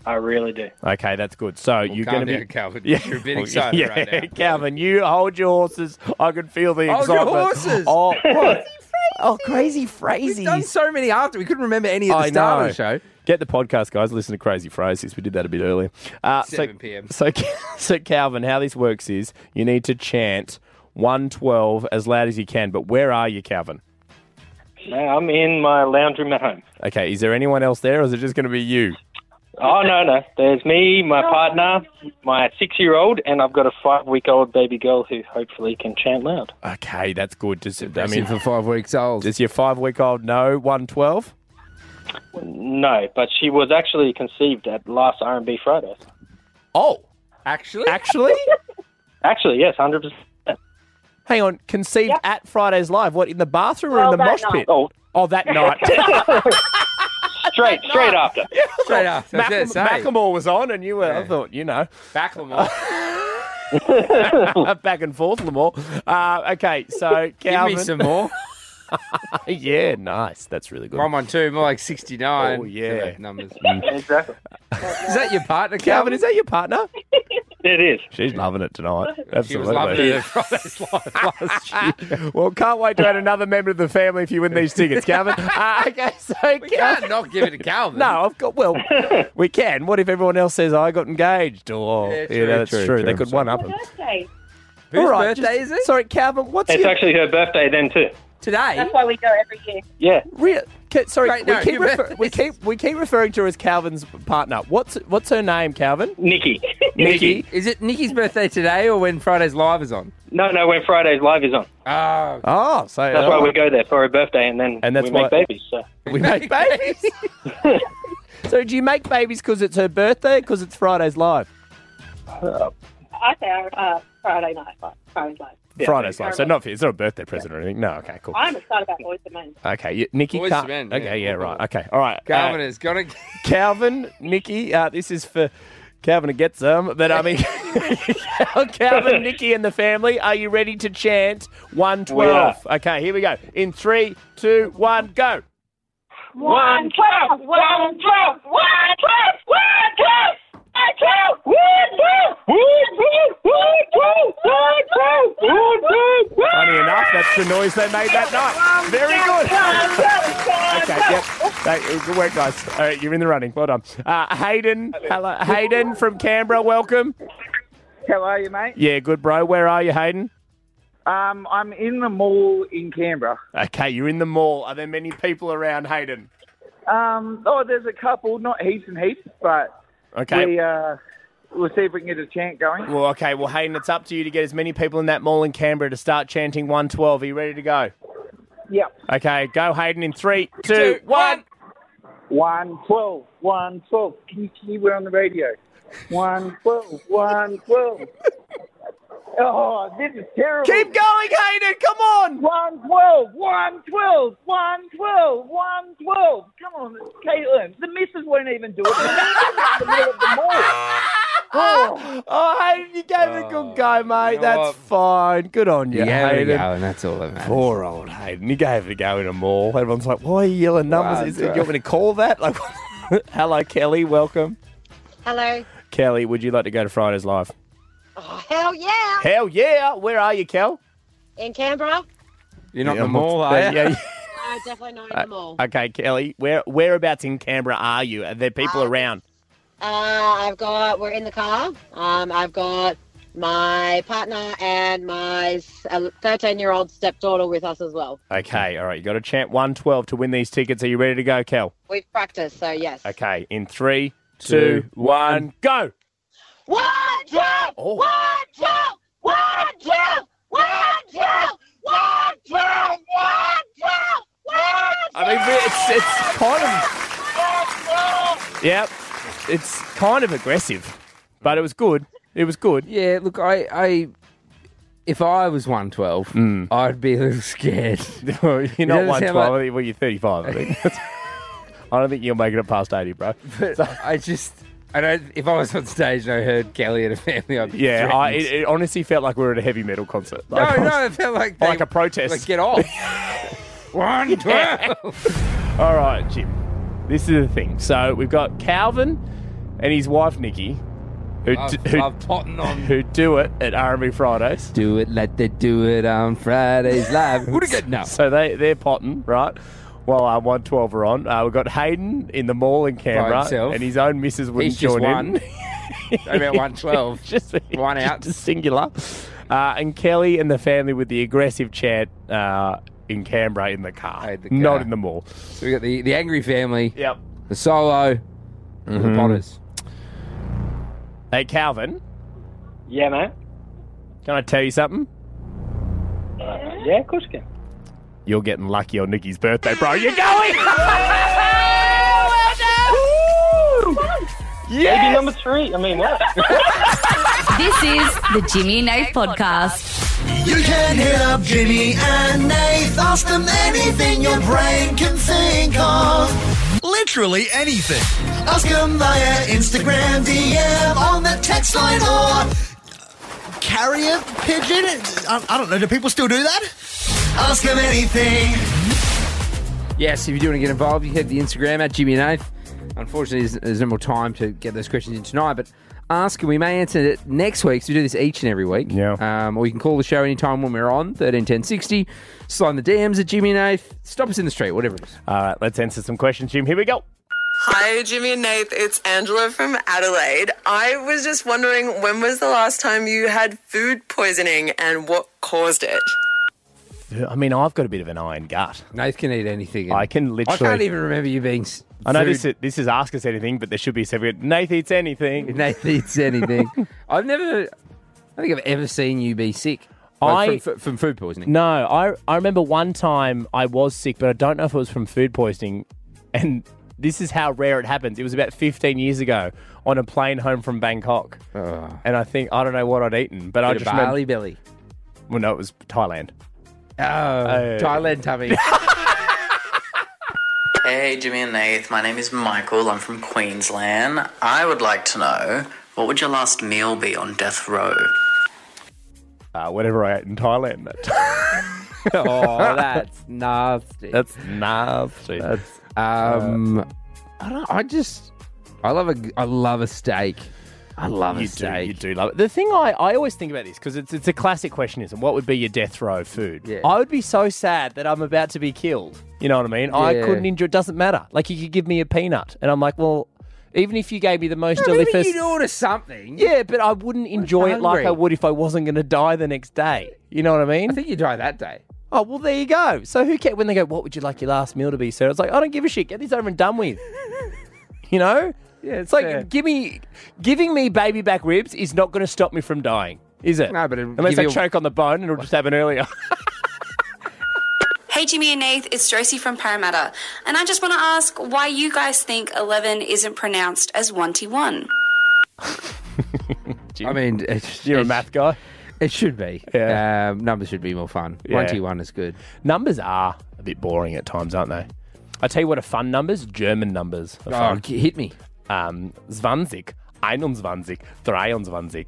[SPEAKER 22] I really do.
[SPEAKER 4] Okay, that's good. So you're
[SPEAKER 22] calm
[SPEAKER 4] going to be
[SPEAKER 22] down, Calvin. You're a bit
[SPEAKER 4] Well,
[SPEAKER 22] excited
[SPEAKER 4] yeah,
[SPEAKER 22] right now.
[SPEAKER 4] Calvin, you hold your horses. I can feel the
[SPEAKER 3] Hold your
[SPEAKER 4] excitement.
[SPEAKER 3] horses.
[SPEAKER 4] Oh, what? oh, crazy phrases.
[SPEAKER 3] We've done so many after. We couldn't remember any at the
[SPEAKER 4] I
[SPEAKER 3] start
[SPEAKER 4] know.
[SPEAKER 3] of the show.
[SPEAKER 4] Get the podcast, guys. Listen to Crazy Phrases. We did that a bit earlier. Uh, so-
[SPEAKER 3] 7 p.m..
[SPEAKER 4] So, so Calvin, how this works is you need to chant 112 as loud as you can. But where are you, Calvin?
[SPEAKER 22] No, I'm in my lounge room at home.
[SPEAKER 4] Okay, is there anyone else there, or is it just going to be you?
[SPEAKER 22] Oh no, no. There's me, my partner, my six-year-old, and I've got a five-week-old baby girl who hopefully can chant loud.
[SPEAKER 4] Okay, that's good. Does I
[SPEAKER 3] Impressive
[SPEAKER 4] mean
[SPEAKER 3] for five weeks old?
[SPEAKER 4] Does your five week old know one twelve?
[SPEAKER 22] No, but she was actually conceived at last R&B Friday.
[SPEAKER 4] Oh, actually, actually,
[SPEAKER 22] actually, yes, hundred percent.
[SPEAKER 4] Hang on, conceived at Fridays Live. What in the bathroom or
[SPEAKER 22] Well,
[SPEAKER 4] in the
[SPEAKER 22] that
[SPEAKER 4] mosh
[SPEAKER 22] night.
[SPEAKER 4] pit?
[SPEAKER 22] Oh.
[SPEAKER 4] oh, that night.
[SPEAKER 22] Straight, straight after.
[SPEAKER 3] Straight after,
[SPEAKER 4] Mackle-
[SPEAKER 3] that's it, say.
[SPEAKER 4] Macklemore was on, and you were. I
[SPEAKER 3] Yeah.
[SPEAKER 4] thought you know.
[SPEAKER 3] Macklemore.
[SPEAKER 4] Back and forth, Lamore. Uh, okay, so
[SPEAKER 3] Give me
[SPEAKER 4] Calvin.
[SPEAKER 3] some more.
[SPEAKER 4] yeah, nice. That's really good.
[SPEAKER 3] I'm on two, more like 69.
[SPEAKER 4] Oh, yeah.
[SPEAKER 3] Look at those numbers.
[SPEAKER 4] Hmm.
[SPEAKER 22] exactly.
[SPEAKER 3] Is that your partner, Calvin?
[SPEAKER 4] Calvin, is that your partner?
[SPEAKER 22] It is.
[SPEAKER 4] She's loving it tonight. Absolutely.
[SPEAKER 3] She was loving it at Friday's Live last year.
[SPEAKER 4] well, can't wait to add another member of the family if you win these tickets, Calvin. Uh, okay, so we
[SPEAKER 3] can't not give it to Calvin.
[SPEAKER 4] No, I've got. Well, we can. What if everyone else says I got engaged? Or
[SPEAKER 3] Yeah,
[SPEAKER 4] you
[SPEAKER 3] true,
[SPEAKER 4] know, that's true.
[SPEAKER 3] true, true.
[SPEAKER 4] They could one up them.
[SPEAKER 7] birthday.
[SPEAKER 4] Whose All right,
[SPEAKER 3] birthday
[SPEAKER 4] is it? Sorry, Calvin. What's
[SPEAKER 22] It's
[SPEAKER 4] your-
[SPEAKER 22] actually her birthday then too.
[SPEAKER 4] today?
[SPEAKER 7] That's why we go every year.
[SPEAKER 22] Yeah.
[SPEAKER 4] Re- ca- sorry,
[SPEAKER 7] Great,
[SPEAKER 4] we,
[SPEAKER 7] no,
[SPEAKER 4] keep
[SPEAKER 7] your
[SPEAKER 4] refer- we keep we keep referring to her as Calvin's partner. What's what's her name, Calvin?
[SPEAKER 22] Nikki.
[SPEAKER 4] Nikki.
[SPEAKER 3] Is it Nikki's birthday today or when Friday's Live is on?
[SPEAKER 22] No, no, when Fridays Live is on.
[SPEAKER 3] Oh.
[SPEAKER 4] Oh, so
[SPEAKER 22] That's why we go there for her birthday, and then
[SPEAKER 4] And that's
[SPEAKER 22] we make
[SPEAKER 4] why-
[SPEAKER 22] babies. So.
[SPEAKER 4] We make babies. so do you make babies because it's her birthday? Because it's Friday's live.
[SPEAKER 7] I say uh, Friday night, like Friday night.
[SPEAKER 4] Friday's live. So not for, it's not a birthday present or anything. No. Okay. Cool.
[SPEAKER 7] I'm excited about Boys to Men.
[SPEAKER 4] Okay, you, Nikki.
[SPEAKER 3] Boys
[SPEAKER 4] can't-
[SPEAKER 3] to men,
[SPEAKER 4] okay,
[SPEAKER 3] yeah.
[SPEAKER 4] yeah, right. Okay, all right.
[SPEAKER 3] Calvin
[SPEAKER 4] Uh,
[SPEAKER 3] has got to.
[SPEAKER 4] Calvin, Nikki. Uh, this is for Calvin to get some, but I mean, Calvin, Nikki, and the family. Are you ready to chant one twelve? Okay, here we go. In three, two, one, go.
[SPEAKER 7] One twelve, one twelve, one twelve, one twelve, one twelve, one twelve, one twelve, one twelve, one twelve, one twelve, one
[SPEAKER 4] Funny enough, that's the noise they made that night. Very good. okay, yep. Hey, good work, guys. All right, you're in the running. Well done. Uh, Hayden, hello, Hayden from Canberra. Welcome.
[SPEAKER 6] How are you, mate?
[SPEAKER 4] Yeah, good, bro. Where are you, Hayden?
[SPEAKER 6] Um, I'm in the mall in Canberra.
[SPEAKER 4] Okay, you're in the mall. Are there many people around, Hayden?
[SPEAKER 6] Um, oh, there's a couple, not heaps and heaps, but
[SPEAKER 4] Okay.
[SPEAKER 6] we, uh, we'll see if we can get a chant going.
[SPEAKER 4] Well, okay. Well, Hayden, it's up to you to get as many people in that mall in Canberra to start chanting 112. Are you ready to go?
[SPEAKER 6] Yep.
[SPEAKER 4] Okay, go, Hayden, in three, two, one.
[SPEAKER 6] One twelve, one twelve. Can you, can you we're on the radio? One twelve, one twelve. Oh, this is terrible.
[SPEAKER 4] Keep going, Hayden. Come on.
[SPEAKER 6] One twelve, one twelve, one twelve, one twelve. Come on, Caitlin. The missus won't even do it. The missus is in the middle of the mall.
[SPEAKER 4] Oh, Hayden, you gave it a good go, mate.
[SPEAKER 6] you know
[SPEAKER 4] That's
[SPEAKER 6] what?
[SPEAKER 4] fine. Good on you,
[SPEAKER 3] Yeah, there we
[SPEAKER 4] Hayden.
[SPEAKER 3] go, and that's all that matters.
[SPEAKER 4] Poor old Hayden. He gave it a go in a mall. Everyone's like, why are you yelling numbers?
[SPEAKER 3] Wow,
[SPEAKER 4] Is it,
[SPEAKER 3] bro.
[SPEAKER 4] you want me to call that? Like, Hello, Kelly. Welcome.
[SPEAKER 23] Hello.
[SPEAKER 4] Kelly, would you like to go to Friday's Live?
[SPEAKER 23] Oh, hell yeah.
[SPEAKER 4] Hell yeah. Where are you, Kel?
[SPEAKER 23] In Canberra?
[SPEAKER 4] You're
[SPEAKER 3] not in the mall, are you?
[SPEAKER 4] Yeah.
[SPEAKER 23] No, definitely not in
[SPEAKER 4] Uh,
[SPEAKER 23] the mall.
[SPEAKER 4] okay, Kelly, where whereabouts in Canberra are you? Are there people
[SPEAKER 23] Um,
[SPEAKER 4] around?
[SPEAKER 23] Uh, I've got, we're in the car. Um, I've got my partner and my 13 year old stepdaughter with us as well.
[SPEAKER 4] Okay, all right, you got a chant one twelve to win these tickets. Are you ready to go, Kel?
[SPEAKER 23] We've practiced, so yes.
[SPEAKER 4] Okay, in three, two, one, go.
[SPEAKER 23] One, two, one, two, one, two, one, two, one, two, one, two, one,
[SPEAKER 4] I mean, it's it's kind of yep, it's kind of aggressive, but it was good. It was good.
[SPEAKER 3] Yeah, look, I, I if I was 112, I'd be a little scared.
[SPEAKER 4] You're Mm. You're not one twelve. Well, you're thirty five. I think. I don't think you'll make it past eighty, bro.
[SPEAKER 3] But I just, I don't, if I was on stage and I heard Kelly and a family, I'd be
[SPEAKER 4] Yeah, I,
[SPEAKER 3] threatened.
[SPEAKER 4] it, it honestly felt like we were at a heavy metal concert.
[SPEAKER 3] no,
[SPEAKER 4] Like,
[SPEAKER 3] no, it felt like they,
[SPEAKER 4] like a protest.
[SPEAKER 3] Like, get off. One,
[SPEAKER 4] Yeah. All right, Jim. This is the thing. So we've got Calvin and his wife Nikki, who
[SPEAKER 3] Love-
[SPEAKER 4] d- who,
[SPEAKER 3] love potting on.
[SPEAKER 4] who do it at R&B Fridays.
[SPEAKER 3] Do it like they do it on Fridays live. Who'd have get now?
[SPEAKER 4] So they they're potting right. Well, uh, one twelve are on. Uh, we've got Hayden in the mall in Canberra,
[SPEAKER 3] himself.
[SPEAKER 4] and his own missus wouldn't
[SPEAKER 3] He's just
[SPEAKER 4] join
[SPEAKER 3] one.
[SPEAKER 4] in.
[SPEAKER 3] About one twelve.
[SPEAKER 4] just
[SPEAKER 3] one out.
[SPEAKER 4] Just singular. Uh, and Kelly and the family with the aggressive chat uh, in Canberra in the car, not in the mall.
[SPEAKER 3] So we got the the angry family.
[SPEAKER 4] Yep.
[SPEAKER 3] The solo. and The
[SPEAKER 4] Mhm.
[SPEAKER 3] Potters.
[SPEAKER 4] Hey, Calvin.
[SPEAKER 22] Yeah, mate.
[SPEAKER 4] Can I tell you something?
[SPEAKER 22] Uh, yeah, of course you can.
[SPEAKER 4] You're getting lucky on Nikki's birthday, bro. You're going.
[SPEAKER 22] Baby number three. I mean, what?
[SPEAKER 1] This is the Jimmy and Nate podcast.
[SPEAKER 2] You can hit up Jimmy and Nate. Ask them anything your brain can think of. Literally anything. Ask them via Instagram DM on the text line or carrier pigeon. I, I don't know. Do people still do that? Ask them anything.
[SPEAKER 3] Yes, if you do want to get involved, you head to the Instagram at Jimmy and Nath. Unfortunately, there's, there's no more time to get those questions in tonight, but ask and we may answer it next week. So we do this each and every week. Yeah. Um, or you can call the show anytime when we're on, 13 10 60. Sign the DMs at Jimmy and Nath. Stop us in the street, whatever it is.
[SPEAKER 4] All right, let's answer some questions, Jim. Here we go.
[SPEAKER 8] Hi, Jimmy and Nate. It's Angela from Adelaide. I was just wondering when was the last time you had food poisoning and what caused it?
[SPEAKER 4] I mean, I've got a bit of an iron gut.
[SPEAKER 3] Nath can eat anything.
[SPEAKER 4] I can
[SPEAKER 3] I
[SPEAKER 4] literally.
[SPEAKER 3] can't even remember you being. s-
[SPEAKER 4] I know
[SPEAKER 3] food-
[SPEAKER 4] this is, this is ask us anything, but there should be a separate. Nath eats anything.
[SPEAKER 3] Nath eats anything. I've never. I don't think I've ever seen you be sick. Like,
[SPEAKER 4] I-
[SPEAKER 3] Oh, from, from food poisoning.
[SPEAKER 4] No, I I remember one time I was sick, but I don't know if it was from food poisoning. And this is how rare it happens. It was about 15 years ago on a plane home from Bangkok. And I think I don't know what I'd eaten, but I
[SPEAKER 3] Ah. Bit of
[SPEAKER 4] just remember-
[SPEAKER 3] barley belly.
[SPEAKER 4] Well, no, it was Thailand.
[SPEAKER 3] Oh, Thailand tummy.
[SPEAKER 9] Hey, Jimmy and Nath. My name is Michael. I'm from Queensland. I would like to know what would your last meal be on death row?
[SPEAKER 4] Uh, whatever I ate in Thailand. That
[SPEAKER 3] oh, that's nasty.
[SPEAKER 4] That's nasty. Uh,
[SPEAKER 3] That's um, I don't. I just. I love a. I love a steak. I love
[SPEAKER 4] You
[SPEAKER 3] a
[SPEAKER 4] do-
[SPEAKER 3] steak.
[SPEAKER 4] you do love it. The thing I, I always think about this because it's it's a classic question, isn't it? What would be your death row food?
[SPEAKER 3] Yeah.
[SPEAKER 4] I would be so sad that I'm about to be killed. You know what I mean? I
[SPEAKER 3] Yeah.
[SPEAKER 4] couldn't enjoy. It doesn't matter. Like you could give me a peanut, and I'm like, well, even if you gave me the most delicious,
[SPEAKER 3] you'd order something.
[SPEAKER 4] Yeah, but I wouldn't enjoy it like I would if I wasn't going to die the next day. You know what I mean? I
[SPEAKER 3] think you die that day.
[SPEAKER 4] Oh well, there you go. So who cares when they go? What would you like your last meal to be, sir? It's like I don't give a shit. Get this over and done with. You know?
[SPEAKER 3] Yeah,
[SPEAKER 4] it's like give me giving me baby back ribs is not going to stop me from dying, is it? No,
[SPEAKER 3] but it'll
[SPEAKER 4] unless
[SPEAKER 3] give
[SPEAKER 4] I
[SPEAKER 3] you a-
[SPEAKER 4] choke on the bone, it'll just happen earlier.
[SPEAKER 10] Hey Jimmy and Nath, it's Josie from Parramatta, and I just want to ask why you guys think 11 isn't pronounced as 1T1.
[SPEAKER 3] I mean, it's,
[SPEAKER 4] you're a math guy.
[SPEAKER 3] It should be. Yeah. Um, numbers should be more fun.
[SPEAKER 4] Yeah.
[SPEAKER 3] One T one is good.
[SPEAKER 4] numbers are a bit boring at times, aren't they? I tell you what, are fun numbers. German numbers. Are
[SPEAKER 3] Oh,
[SPEAKER 4] fun.
[SPEAKER 3] g- hit me.
[SPEAKER 4] Um, 20, 21, 23.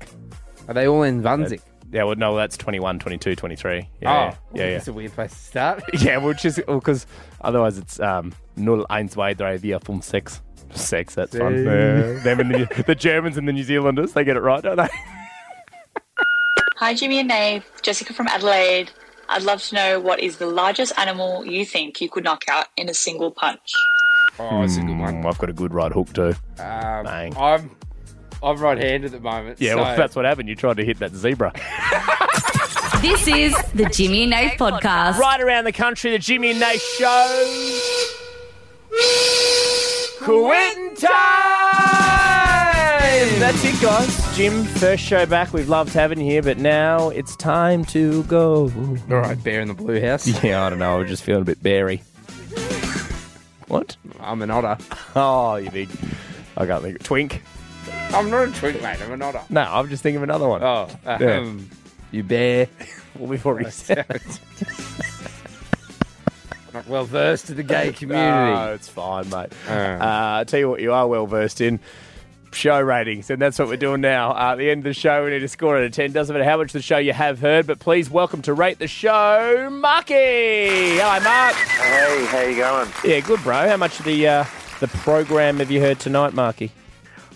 [SPEAKER 3] Are they all in Vanzig?
[SPEAKER 4] Uh, yeah, well, no, that's 21, 22, 23. Yeah,
[SPEAKER 3] oh,
[SPEAKER 4] yeah, yeah.
[SPEAKER 3] It's a weird place to start.
[SPEAKER 4] Yeah, which is because otherwise it's um, 0, 1, 2, 3, 4, 5, 6. 6, that's fun.
[SPEAKER 7] Six.
[SPEAKER 4] Yeah. Them and the, the Germans and the New Zealanders, they get it right, don't they?
[SPEAKER 24] Hi, Jimmy and Nave. Jessica from Adelaide. I'd love to know what is the largest animal you think you could knock out in a single punch?
[SPEAKER 3] Oh, it's a good
[SPEAKER 4] one. Hmm, I've got a good right hook, too.
[SPEAKER 3] Um,
[SPEAKER 4] Bang.
[SPEAKER 3] I'm I'm right handed at the moment.
[SPEAKER 4] Yeah,
[SPEAKER 3] so
[SPEAKER 4] well, that's what happened. You tried to hit that zebra.
[SPEAKER 1] This is the Jimmy and Nath podcast.
[SPEAKER 4] Right around the country, the Jimmy and Nate show. Quentin time! That's it, guys. Jim, first show back. We've loved having you here, but now it's time to go.
[SPEAKER 3] All right, bear in the blue house.
[SPEAKER 4] Yeah, I don't know. I was just feeling a bit beary. What?
[SPEAKER 3] I'm an otter.
[SPEAKER 4] Oh, you big. I can't think. Twink?
[SPEAKER 3] I'm not a twink, mate. I'm an otter.
[SPEAKER 4] No, I'm just thinking of another one.
[SPEAKER 3] Oh,
[SPEAKER 4] Yeah.
[SPEAKER 3] um, you bear.
[SPEAKER 4] well, we've already said it.
[SPEAKER 3] Not well versed to the gay community.
[SPEAKER 4] No, it's fine, mate. Uh, tell you what, you are well versed in show ratings, and that's what we're doing now. Uh, at the end of the show, we need a score out of 10. Doesn't matter how much of the show you have heard, but please welcome to Rate the Show, Marky. Hi, Mark.
[SPEAKER 14] Hey, how you going?
[SPEAKER 4] Yeah, good, bro. How much of the, uh, the program have you heard tonight, Marky?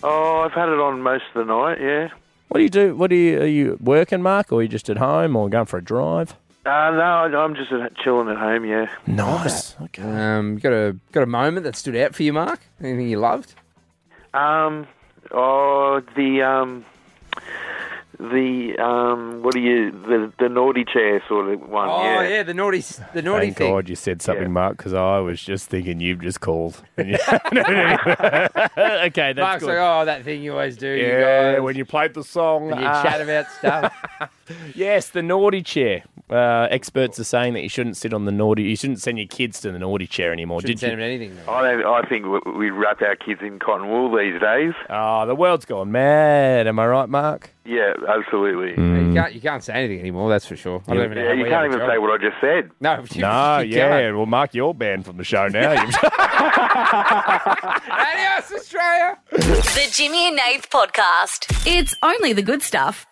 [SPEAKER 14] Oh, I've had it on most of the night. Yeah.
[SPEAKER 4] What do you do? What do you, are you working, Mark, or are you just at home or going for a drive?
[SPEAKER 14] Uh, no, I- I'm just at- chilling at home. Yeah.
[SPEAKER 4] Nice. Okay.
[SPEAKER 3] Um, got a got a moment that stood out for you, Mark? Anything you loved?
[SPEAKER 14] Um. Oh, the um. The um, what are you? The the naughty chair sort of one.
[SPEAKER 3] Oh yeah,
[SPEAKER 14] yeah.
[SPEAKER 3] the naughty the naughty
[SPEAKER 4] Thank
[SPEAKER 3] thing.
[SPEAKER 4] God you said something, Mark, because I was just thinking you've just called. okay, that's
[SPEAKER 3] Mark's
[SPEAKER 4] good.
[SPEAKER 3] like, oh, that thing you always do.
[SPEAKER 4] Yeah,
[SPEAKER 3] you guys.
[SPEAKER 4] when you played the song,
[SPEAKER 3] and you
[SPEAKER 4] uh,
[SPEAKER 3] chat about stuff.
[SPEAKER 4] yes, the naughty chair. Uh, experts are saying that you shouldn't sit on the naughty. You shouldn't send your kids to the naughty chair anymore.
[SPEAKER 14] Shouldn't
[SPEAKER 4] did
[SPEAKER 14] send
[SPEAKER 4] you?
[SPEAKER 3] anything.
[SPEAKER 14] I, don't, I think we- we wrap our kids in cotton wool these days.
[SPEAKER 4] Oh, the world's gone mad. Am I right, Mark?
[SPEAKER 14] Yeah, absolutely.
[SPEAKER 3] You can't, you can't say anything anymore, that's for sure. I don't even know
[SPEAKER 14] yeah,
[SPEAKER 3] how
[SPEAKER 14] you
[SPEAKER 3] we
[SPEAKER 14] can't
[SPEAKER 3] have a
[SPEAKER 14] even
[SPEAKER 3] job.
[SPEAKER 14] say what I just said.
[SPEAKER 3] No,
[SPEAKER 4] No,
[SPEAKER 3] you
[SPEAKER 4] yeah. Well, Mark, you're banned from the show now. You've-
[SPEAKER 1] Australia. The Jimmy and Nath podcast. It's only the good stuff.